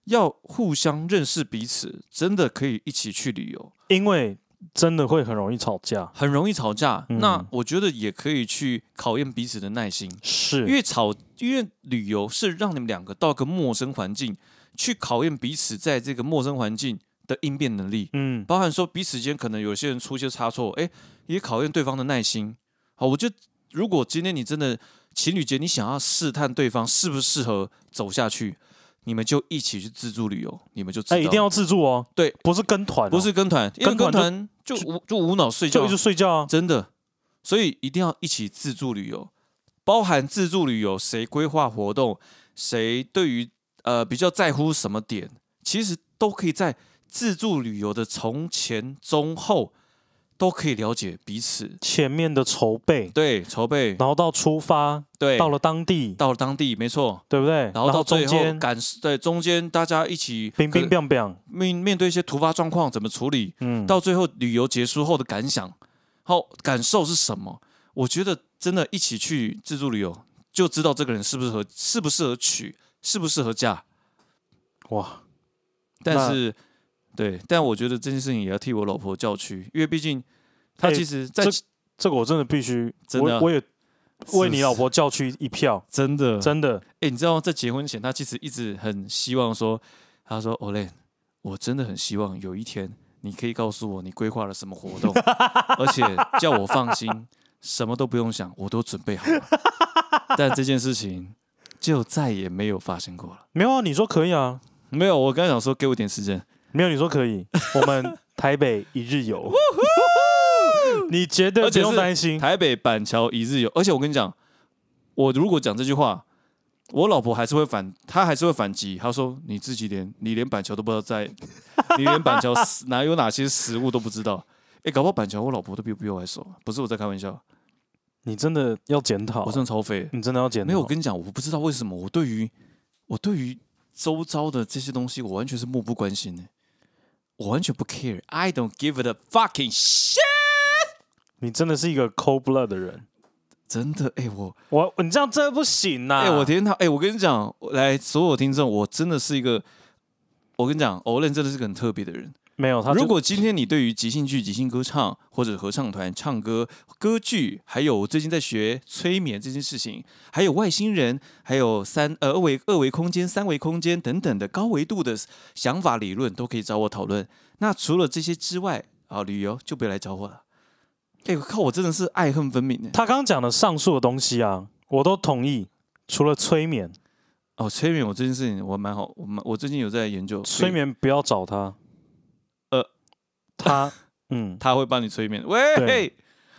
[SPEAKER 1] 要互相认识彼此，真的可以一起去旅游，
[SPEAKER 2] 因为真的会很容易吵架。
[SPEAKER 1] 很容易吵架。
[SPEAKER 2] 嗯
[SPEAKER 1] 那我觉得也可以去考验彼此的耐心，
[SPEAKER 2] 是，
[SPEAKER 1] 因为吵，因为旅游是让你们两个到一个陌生环境，去考验彼此在这个陌生环境的应变能力。
[SPEAKER 2] 嗯，
[SPEAKER 1] 包含说彼此间可能有些人出一些差错，哎，也考验对方的耐心。好，我觉得如果今天你真的情侣节，你想要试探对方适不适合走下去，你们就一起去自助旅游，你们就知道、
[SPEAKER 2] 哎，一定要自助哦，
[SPEAKER 1] 对，
[SPEAKER 2] 不是跟团哦、
[SPEAKER 1] 不是跟团，因为
[SPEAKER 2] 跟
[SPEAKER 1] 跟
[SPEAKER 2] 团就
[SPEAKER 1] 团就无就无脑睡觉
[SPEAKER 2] 就一，直睡觉啊。
[SPEAKER 1] 真的，所以一定要一起自助旅游，包含自助旅游谁规划活动，谁对于呃比较在乎什么点，其实都可以在自助旅游的从前中后都可以了解彼此。
[SPEAKER 2] 前面的筹备，
[SPEAKER 1] 对，筹备，
[SPEAKER 2] 然后到出发，
[SPEAKER 1] 对，
[SPEAKER 2] 到了当地，
[SPEAKER 1] 到了当地，没错，
[SPEAKER 2] 对不对？
[SPEAKER 1] 然后到
[SPEAKER 2] 中
[SPEAKER 1] 最后
[SPEAKER 2] 间，
[SPEAKER 1] 感受对中间大家一起
[SPEAKER 2] 冰冰
[SPEAKER 1] 可
[SPEAKER 2] 冰冰，
[SPEAKER 1] 面面对一些突发状况怎么处理，
[SPEAKER 2] 嗯，
[SPEAKER 1] 到最后旅游结束后的感想，好感受是什么？我觉得真的一起去自助旅游，就知道这个人适不适合，适不适合娶，适不适合嫁。
[SPEAKER 2] 哇，
[SPEAKER 1] 但
[SPEAKER 2] 那
[SPEAKER 1] 是，对，但我觉得这件事情也要替我老婆叫屈，因为毕竟她
[SPEAKER 2] 哎
[SPEAKER 1] 其实在、
[SPEAKER 2] 这个我真的必须，
[SPEAKER 1] 真的啊
[SPEAKER 2] 我我也
[SPEAKER 1] 是
[SPEAKER 2] 为你老婆叫去一票，
[SPEAKER 1] 真的
[SPEAKER 2] 真的，
[SPEAKER 1] 哎、你知道在结婚前，她其实一直很希望说，她说 Olen，我真的很希望有一天你可以告诉我你规划了什么活动，而且叫我放心，什么都不用想，我都准备好了。但这件事情就再也没有发生过了。
[SPEAKER 2] 没有啊？你说可以啊？
[SPEAKER 1] 没有，我刚想说给我点时间，
[SPEAKER 2] 没有，你说可 以？我们台北一日游，你绝对
[SPEAKER 1] 而
[SPEAKER 2] 不
[SPEAKER 1] 且
[SPEAKER 2] 用
[SPEAKER 1] 是
[SPEAKER 2] 担心，
[SPEAKER 1] 台北板桥一日游。而且我跟你讲，我如果讲这句话，我老婆还是会反，她还是会反击。她说：“你自己连你连板桥都不知道在， 你连板桥 食哪有哪些食物都不知道。”哎，搞不好板桥我老婆都比比我还熟，啊不是我在开玩笑，
[SPEAKER 2] 你真的要检讨，
[SPEAKER 1] 我真的超废。
[SPEAKER 2] 你真的要检讨，
[SPEAKER 1] 没有，我跟你讲，我不知道为什么我对于我对于周遭的这些东西，我完全是漠不关心的，我完全不 care，I don't give it a fucking shit。
[SPEAKER 2] 你真的是一个 cold blood 的人，
[SPEAKER 1] 真的，哎，我
[SPEAKER 2] 我你这样真的不行啊呐、
[SPEAKER 1] 哎、我天他，哎、我跟你讲，我来所有听众，我真的是一个，我跟你讲，欧任真的是个很特别的人。
[SPEAKER 2] 没有他就，
[SPEAKER 1] 如果今天你对于即兴剧、即兴歌唱或者合唱团唱歌、歌剧，还有我最近在学催眠这件事情，还有外星人，还有三呃二维二维空间、三维空间等等的高维度的想法理论，都可以找我讨论。那除了这些之外，啊，旅游就别来找我了。哎、我靠，我真的是爱恨分明呢。
[SPEAKER 2] 他刚刚讲的上述的东西啊，我都同意，除了催眠，
[SPEAKER 1] 哦，催眠我这件事情我蛮好，我蛮我最近有在研究
[SPEAKER 2] 催眠不要找他，
[SPEAKER 1] 呃，
[SPEAKER 2] 他， 嗯，
[SPEAKER 1] 他会帮你催眠。喂
[SPEAKER 2] 对，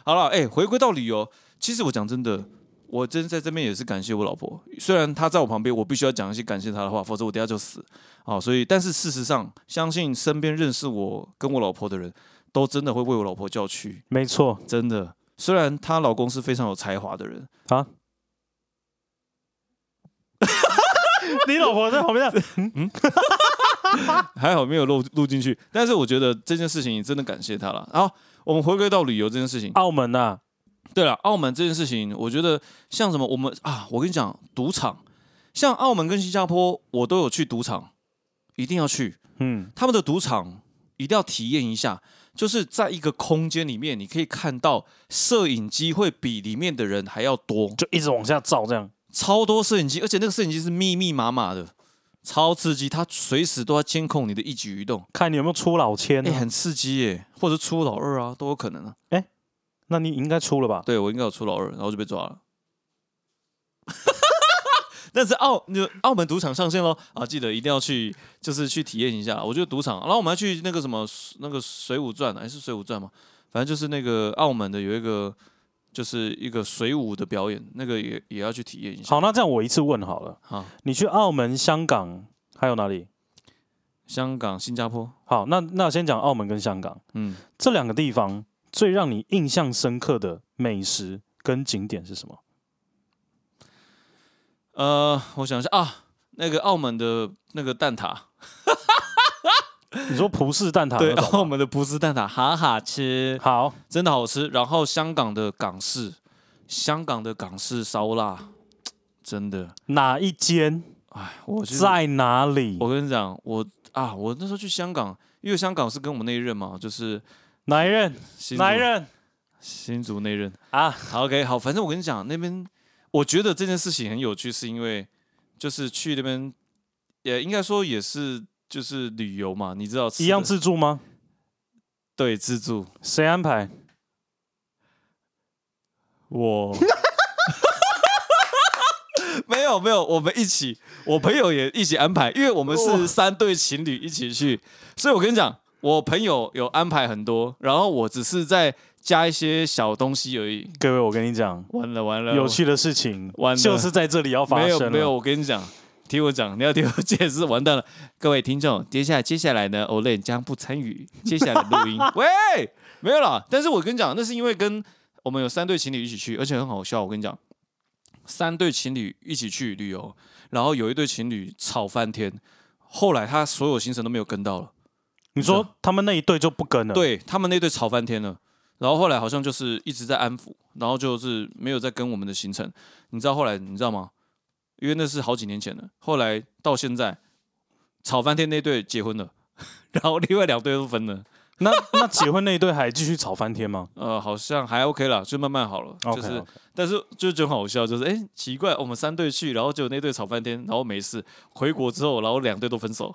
[SPEAKER 1] 好了，哎、回归到旅游，其实我讲真的，我真在这边也是感谢我老婆，虽然她在我旁边，我必须要讲一些感谢她的话，否则我等下就死。好，所以但是事实上，相信身边认识我跟我老婆的人都真的会为我老婆叫屈，
[SPEAKER 2] 没错，
[SPEAKER 1] 真的。虽然她老公是非常有才华的人，
[SPEAKER 2] 你老婆在旁
[SPEAKER 1] 啊
[SPEAKER 2] 边这样，
[SPEAKER 1] 还好没有录录进去，但是我觉得这件事情真的感谢她了。好，我们回归到旅游这件事情，
[SPEAKER 2] 澳门啊呐、
[SPEAKER 1] 对了，澳门这件事情，我觉得像什么，我们啊，我跟你讲，赌场，像澳门跟新加坡，我都有去赌场，一定要去
[SPEAKER 2] 嗯，
[SPEAKER 1] 他们的赌场，一定要体验一下，就是在一个空间里面，你可以看到摄影机会比里面的人还要多，
[SPEAKER 2] 就一直往下照这样，
[SPEAKER 1] 超多摄影机，而且那个摄影机是密密麻麻的，超刺激，它随时都在监控你的一举一动，
[SPEAKER 2] 看你有没有出老千、
[SPEAKER 1] 哎、
[SPEAKER 2] 啊
[SPEAKER 1] 很刺激耶，或者出老二啊，都有可能啊。
[SPEAKER 2] 那你应该出了吧？
[SPEAKER 1] 对我应该有出老二，然后就被抓了。 但是澳那澳门赌场上线喽啊！记得一定要去，就是去体验一下。我觉得赌场，然后我们还去那个什么那个《水浒传》，哎，是《水浒传》吗？反正就是那个澳门的有一个，就是一个水舞的表演，那个也也要去体验一下。
[SPEAKER 2] 好，那这样我一次问好了，
[SPEAKER 1] 好，
[SPEAKER 2] 你去澳门、香港还有哪里？
[SPEAKER 1] 香港、新加坡，
[SPEAKER 2] 好，那那先讲澳门跟香港
[SPEAKER 1] 嗯，
[SPEAKER 2] 这两个地方最让你印象深刻的美食跟景点是什么？
[SPEAKER 1] 呃，我想一下啊，那个澳门的那个蛋挞，
[SPEAKER 2] 你说葡式蛋 挞
[SPEAKER 1] 对，哦
[SPEAKER 2] 那种
[SPEAKER 1] 澳门的葡式蛋挞，哈哈吃。
[SPEAKER 2] 好，
[SPEAKER 1] 真的好吃。然后香港的港式，香港的港式烧腊，真的，
[SPEAKER 2] 哪一间
[SPEAKER 1] 哎，我就是
[SPEAKER 2] 在哪里？
[SPEAKER 1] 我跟你讲，我啊，我那时候去香港，因为香港是跟我们那一任嘛，就是
[SPEAKER 2] 哪一任？
[SPEAKER 1] 新竹
[SPEAKER 2] 哪一任
[SPEAKER 1] 新竹那一任。
[SPEAKER 2] 啊？
[SPEAKER 1] 好，OK，好，反正我跟你讲，那边我觉得这件事情很有趣，是因为就是去那边，也应该说也是就是旅游嘛，你知道吃
[SPEAKER 2] 一样
[SPEAKER 1] 的
[SPEAKER 2] 自助吗？
[SPEAKER 1] 对自助，
[SPEAKER 2] 谁安排？
[SPEAKER 1] 我 没有没有，我们一起，我朋友也一起安排，因为我们是
[SPEAKER 2] 哇
[SPEAKER 1] 三对情侣一起去，所以我跟你讲，我朋友有安排很多，然后我只是在加一些小东西而已。
[SPEAKER 2] 各位，我跟你 讲，
[SPEAKER 1] 完了完了，
[SPEAKER 2] 有趣的事情
[SPEAKER 1] 完了
[SPEAKER 2] 就是在这里要发
[SPEAKER 1] 没
[SPEAKER 2] 生
[SPEAKER 1] 有
[SPEAKER 2] 了。
[SPEAKER 1] 没有，我跟你讲，听我讲，你要听我解释，完蛋了，各位听众，接下来接下来呢，Olen 将不参 与接下来的录音。喂，没有啦，但是我跟你讲，那是因为跟我们有三对情侣一起去，而且很好笑。我跟你讲，三对情侣一起去旅游，然后有一对情侣吵翻天，后来他所有行程都没有跟到了，
[SPEAKER 2] 你说他们那一对就不跟了？，
[SPEAKER 1] 对他们那对吵翻天了。然后后来好像就是一直在安抚，然后就是没有再跟我们的行程。你知道后来你知道吗？因为那是好几年前了，后来到现在吵翻天那对结婚了， 然后另外两对都分了。
[SPEAKER 2] 那那结婚那一对还继续吵翻 天吗
[SPEAKER 1] 呃，好像还 OK 啦，就慢慢好了。
[SPEAKER 2] ？OK，
[SPEAKER 1] 就是，但是就就很好笑，就是哎、诶奇怪，我们三队去，然后就那队吵翻天，然后没事，回国之后，然后两队都分手，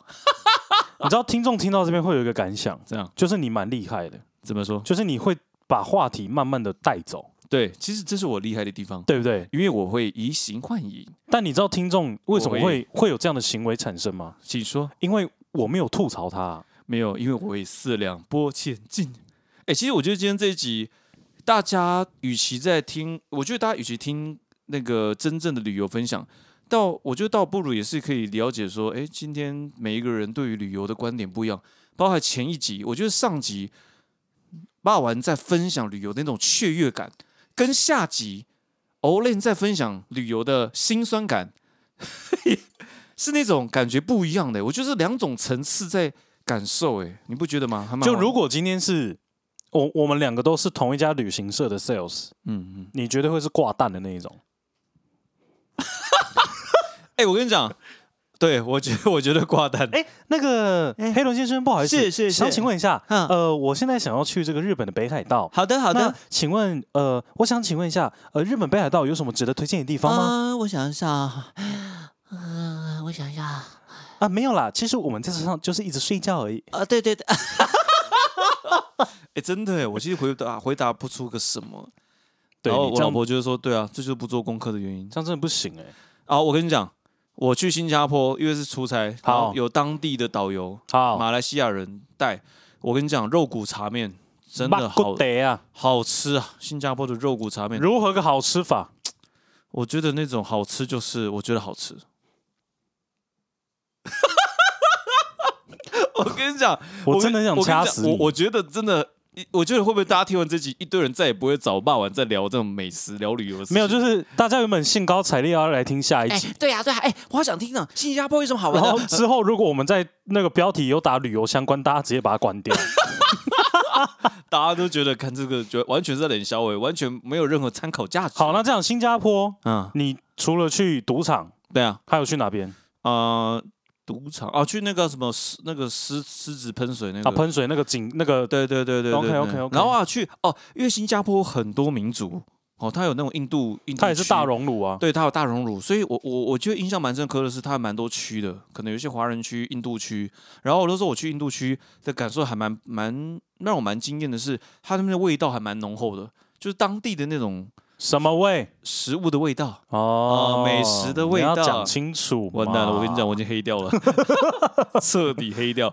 [SPEAKER 2] 你知道听众听到这边会有一个感想，
[SPEAKER 1] 这样
[SPEAKER 2] 就是你蛮厉害的，
[SPEAKER 1] 怎么说？
[SPEAKER 2] 就是你会把话题慢慢的带走，
[SPEAKER 1] 对，其实这是我厉害的地方，
[SPEAKER 2] 对不对？
[SPEAKER 1] 因为我会移形换影。
[SPEAKER 2] 但你知道听众为什么
[SPEAKER 1] 我会
[SPEAKER 2] 会会有这样的行为产生吗？
[SPEAKER 1] 请说，
[SPEAKER 2] 因为我没有吐槽他啊，
[SPEAKER 1] 没有，因为我会四两拨千斤。哎、其实我觉得今天这一集，大家与其在听，我觉得大家与其听那个真正的旅游分享，倒我觉得倒不如也是可以了解说，哎、今天每一个人对于旅游的观点不一样。包含前一集，我觉得上集霸王在分享旅游的那种雀跃感，跟下集 Olen 在分享旅游的辛酸感， 是那种感觉不一样的、我觉得是两种层次在感受、哎，你不觉得吗？还蛮
[SPEAKER 2] 就
[SPEAKER 1] 好
[SPEAKER 2] 如果今天是我我们两个都是同一家旅行社的 sales，
[SPEAKER 1] 嗯嗯，
[SPEAKER 2] 你绝对会是挂蛋的那一种。
[SPEAKER 1] 哎、我跟你讲，对我觉得我觉得挂单，
[SPEAKER 2] 哎、那个
[SPEAKER 1] 哎
[SPEAKER 2] 黑龙先生，不好意思，
[SPEAKER 1] 是是是
[SPEAKER 2] 想请问一下，
[SPEAKER 1] 嗯
[SPEAKER 2] 呃，我现在想要去这个日本的北海道。
[SPEAKER 1] 好的好
[SPEAKER 2] 那请问，呃，我想请问一下，呃，日本北海道有什么值得推荐的地
[SPEAKER 1] 嗯
[SPEAKER 2] 方吗？
[SPEAKER 3] 啊，我想一下啊，嗯、我想一下啊，
[SPEAKER 2] 啊，没有啦，其实我们在车上就是一直睡觉而已。
[SPEAKER 3] 啊对对 对，
[SPEAKER 1] 哎、真的、哎，我其实回答回答不出个什么。
[SPEAKER 2] 对，
[SPEAKER 1] 然后
[SPEAKER 2] 你
[SPEAKER 1] 我
[SPEAKER 2] 这
[SPEAKER 1] 老
[SPEAKER 2] 样
[SPEAKER 1] 婆就是说，对啊，这就是不做功课的原因。
[SPEAKER 2] 这样真的不行哎、
[SPEAKER 1] 啊，我跟你讲，我去新加坡，因为是出差，然后
[SPEAKER 2] 好
[SPEAKER 1] 有当地的导游，
[SPEAKER 2] 好，
[SPEAKER 1] 马来西亚人带。我跟你讲，肉骨茶面真的好
[SPEAKER 2] 得啊，
[SPEAKER 1] 好吃啊！新加坡的肉骨茶面，
[SPEAKER 2] 如何个好吃法？
[SPEAKER 1] 我觉得那种好吃就是我觉得好吃。 我跟你讲，
[SPEAKER 2] 我真的很想
[SPEAKER 1] 我跟你
[SPEAKER 2] 掐
[SPEAKER 1] 讲
[SPEAKER 2] 死
[SPEAKER 1] 我
[SPEAKER 2] 你。
[SPEAKER 1] 我觉得真的。我觉得会不会大家听完这集，一堆人再也不会找骂完再聊这种美食、聊旅游的事情？
[SPEAKER 2] 没有，就是大家原本兴高采烈要来听下一
[SPEAKER 3] 哎
[SPEAKER 2] 集，
[SPEAKER 3] 对呀、对呀、哎，我好想听呢，新加坡有什么
[SPEAKER 1] 哎
[SPEAKER 3] 好玩
[SPEAKER 2] 然
[SPEAKER 3] 的？
[SPEAKER 2] 后之后如果我们在那个标题有打旅游相关，大家直接把它关 掉。
[SPEAKER 1] 大家都觉得看这个，觉得完全是在冷笑话，完全没有任何参考价值。
[SPEAKER 2] 好，那这样新加坡，
[SPEAKER 1] 嗯，
[SPEAKER 2] 你除了去赌场，
[SPEAKER 1] 对啊，
[SPEAKER 2] 还有去哪边
[SPEAKER 1] 呃，赌场啊，去那个什么狮那个狮狮子喷水那个
[SPEAKER 2] 啊？喷水那个景那个
[SPEAKER 1] 对对对对对
[SPEAKER 2] OK，OK，OK
[SPEAKER 1] 然后啊，去哦，因为新加坡很多民族哦，它有那种印度，印度
[SPEAKER 2] 它也是大
[SPEAKER 1] 区，
[SPEAKER 2] 熔炉啊。
[SPEAKER 1] 对，它有大熔炉，所以我我我觉得印象蛮深刻的是，它还蛮多区的，可能有一些华人区、印度区。然后我那时候我去印度区的感受还蛮蛮让我蛮惊艳的是，它那边的味道还蛮浓厚的，就是当地的那种
[SPEAKER 2] 什么味？
[SPEAKER 1] 食物的味道。啊，
[SPEAKER 2] 哦
[SPEAKER 1] 美食的味
[SPEAKER 2] 你要
[SPEAKER 1] 道
[SPEAKER 2] 讲清楚。
[SPEAKER 1] 完蛋了，我跟你讲，，我已经黑掉了，彻底黑掉。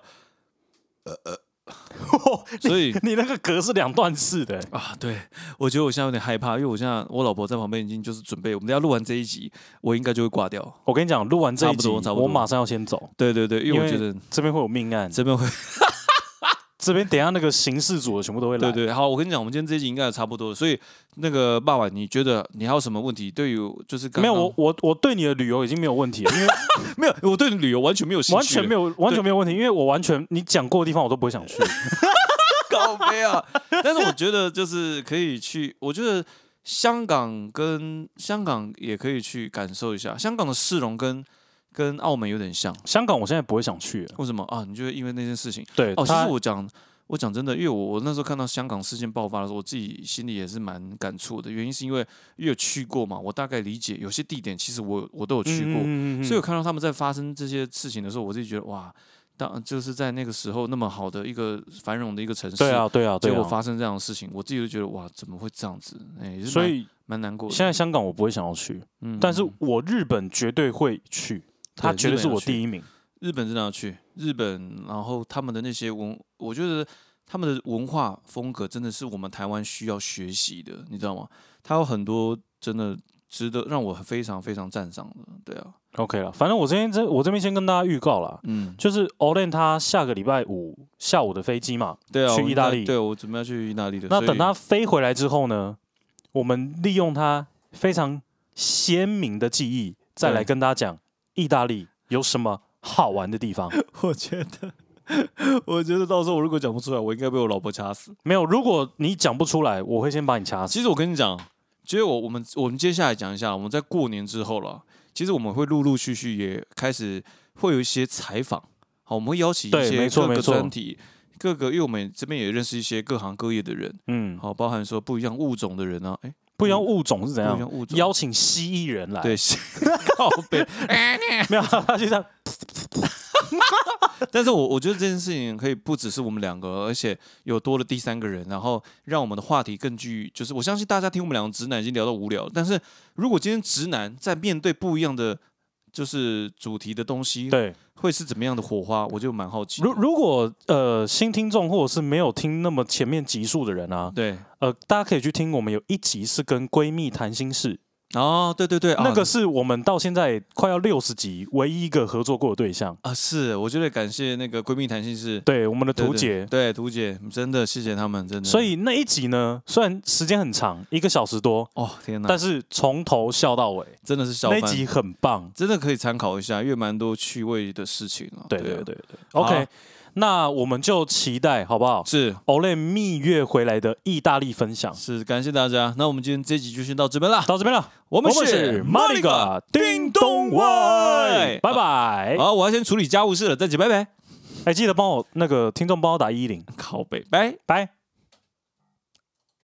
[SPEAKER 1] 所以
[SPEAKER 2] 你那个格是两段式的、
[SPEAKER 1] 啊，对，我觉得我现在有点害怕，因为我现在我老婆在旁边已经就是准备，我们等一下录完这一集，我应该就会挂掉。
[SPEAKER 2] 我跟你讲，录完这一集
[SPEAKER 1] 差不多差不，多
[SPEAKER 2] 我马上要先走，
[SPEAKER 1] 对对对，因为我
[SPEAKER 2] 因
[SPEAKER 1] 觉
[SPEAKER 2] 为
[SPEAKER 1] 得
[SPEAKER 2] 这边会有命案，
[SPEAKER 1] 这边会
[SPEAKER 2] 这边等一下那个刑事组的全部都会来。
[SPEAKER 1] 对对，好，我跟你讲，我们今天这一集应该也差不多了，所以那个爸爸，你觉得你还有什么问题？对于就是刚
[SPEAKER 2] 没有，
[SPEAKER 1] 刚
[SPEAKER 2] 我我我对你的旅游已经没有问题了，因为
[SPEAKER 1] 没有，我对旅游完全没有兴趣，
[SPEAKER 2] 完全没
[SPEAKER 1] 有
[SPEAKER 2] 有完全没有问题，因为我完全你讲过的地方我都不会想去。
[SPEAKER 1] 高飞啊。但是我觉得就是可以去，我觉得香港跟香港也可以去感受一下，香港的市容跟跟澳门有点像，
[SPEAKER 2] 香港我现在不会想去了。
[SPEAKER 1] 为什么啊？你就会因为那件事情
[SPEAKER 2] 对，
[SPEAKER 1] 哦，其
[SPEAKER 2] 它
[SPEAKER 1] 实我讲，我讲真的，因为我我那时候看到香港事件爆发的时候，我自己心里也是蛮感触的。原因是因为因为有去过嘛，我大概理解有些地点，其实我我都有去过，
[SPEAKER 2] 嗯嗯嗯嗯嗯
[SPEAKER 1] 所以我看到他们在发生这些事情的时候，我自己觉得哇，当就是在那个时候那么好的一个繁荣的一个城市，
[SPEAKER 2] 对啊，对啊，
[SPEAKER 1] 结
[SPEAKER 2] 对
[SPEAKER 1] 果
[SPEAKER 2] 啊。
[SPEAKER 1] 发生这样的事情，我自己就觉得哇，怎么会这样子？哎、也是
[SPEAKER 2] 所
[SPEAKER 1] 蛮
[SPEAKER 2] 以
[SPEAKER 1] 蛮难过的。
[SPEAKER 2] 现在香港我不会想要去，
[SPEAKER 1] 嗯
[SPEAKER 2] 但是
[SPEAKER 1] 嗯
[SPEAKER 2] 我日本绝对会去，它
[SPEAKER 1] 对
[SPEAKER 2] 绝
[SPEAKER 1] 日
[SPEAKER 2] 对
[SPEAKER 1] 本
[SPEAKER 2] 是
[SPEAKER 1] 要
[SPEAKER 2] 我
[SPEAKER 1] 去
[SPEAKER 2] 第一名。
[SPEAKER 1] 日本真的要去日本，然后他们的那些文，我觉得他们的文化风格真的是我们台湾需要学习的，你知道吗？它有很多真的值得让我非常非常赞赏的，对啊，
[SPEAKER 2] OK 了，反正我这边这我这边先跟大家预告啦，
[SPEAKER 1] 嗯，
[SPEAKER 2] 就是 Olen 他下个礼拜五下午的飞机嘛，
[SPEAKER 1] 对啊，
[SPEAKER 2] 去
[SPEAKER 1] 我
[SPEAKER 2] 意大
[SPEAKER 1] 应该
[SPEAKER 2] 利
[SPEAKER 1] 对我准备要去意大利的，
[SPEAKER 2] 那
[SPEAKER 1] 所以
[SPEAKER 2] 等他飞回来之后呢，我们利用他非常鲜明的记忆，再来
[SPEAKER 1] 对
[SPEAKER 2] 跟大家讲意大利有什么好玩的地 方。
[SPEAKER 1] 我觉得，我觉得到时候我如果讲不出来，我应该被我老婆掐死。
[SPEAKER 2] 没有，如果你讲不出来，我会先把你掐死。
[SPEAKER 1] 其实我跟你讲，其实我我们我们接下来讲一下，我们在过年之后了，其实我们会陆陆续续也开始会有一些采访，好，我们会邀请一
[SPEAKER 2] 对
[SPEAKER 1] 些
[SPEAKER 2] 没错
[SPEAKER 1] 各个
[SPEAKER 2] 没错
[SPEAKER 1] 专题。各个，因为我们这边也认识一些各行各业的人，
[SPEAKER 2] 嗯，
[SPEAKER 1] 好，包含说不一样物种的人啊，哎，
[SPEAKER 2] 不一样物种是怎
[SPEAKER 1] 不一
[SPEAKER 2] 样
[SPEAKER 1] 样？物种，
[SPEAKER 2] 啊邀请蜥蜴人来，
[SPEAKER 1] 对，，是靠背。
[SPEAKER 2] 没有， 他就这样，
[SPEAKER 1] 但是我我觉得这件事情可以不只是我们两个，而且有多了第三个人，然后让我们的话题更具，就是我相信大家听我们两个直男已经聊到无聊了，但是如果今天直男在面对不一样的就是主题的东西，
[SPEAKER 2] 对。
[SPEAKER 1] 会是怎么样的火花，我就蛮好奇的。
[SPEAKER 2] 如如果呃新听众或者是没有听那么前面集数的人啊，
[SPEAKER 1] 对，
[SPEAKER 2] 呃，大家可以去听我们有一集是跟闺蜜谈心事，
[SPEAKER 1] 哦，对对对，啊
[SPEAKER 2] 那个是我们到现在快要六十集唯一一个合作过的对象。
[SPEAKER 1] 啊是，我觉得感谢那个闺蜜谈心事
[SPEAKER 2] 对，我们的
[SPEAKER 1] 对
[SPEAKER 2] 图
[SPEAKER 1] 对
[SPEAKER 2] 姐。
[SPEAKER 1] 对图姐，真的谢谢他们，真的。
[SPEAKER 2] 所以那一集呢，虽然时间很长，一个小时多，
[SPEAKER 1] 哦天哪，
[SPEAKER 2] 但是从头笑到尾，
[SPEAKER 1] 真的是笑
[SPEAKER 2] 那一
[SPEAKER 1] 翻
[SPEAKER 2] 集很棒。
[SPEAKER 1] 真的可以参考一下，因为蛮多趣味的事情啊。
[SPEAKER 2] 对
[SPEAKER 1] 啊
[SPEAKER 2] 对对对
[SPEAKER 1] 好啊
[SPEAKER 2] ，OK，那我们就期待好不好
[SPEAKER 1] 是。
[SPEAKER 2] ？Olay 蜜月回来的意大利分享
[SPEAKER 1] 是，感谢大家。那我们今天这集就先到这边啦。
[SPEAKER 2] 到这边了，
[SPEAKER 1] 我
[SPEAKER 2] 我
[SPEAKER 1] 们
[SPEAKER 2] 们是
[SPEAKER 1] 是
[SPEAKER 2] Monica 哎叮咚外，拜拜。
[SPEAKER 1] 好，我要先处理家务事了，再见，拜拜。
[SPEAKER 2] 哎，记得帮我那个听众帮我打一零，
[SPEAKER 1] 靠北，拜。
[SPEAKER 2] 拜。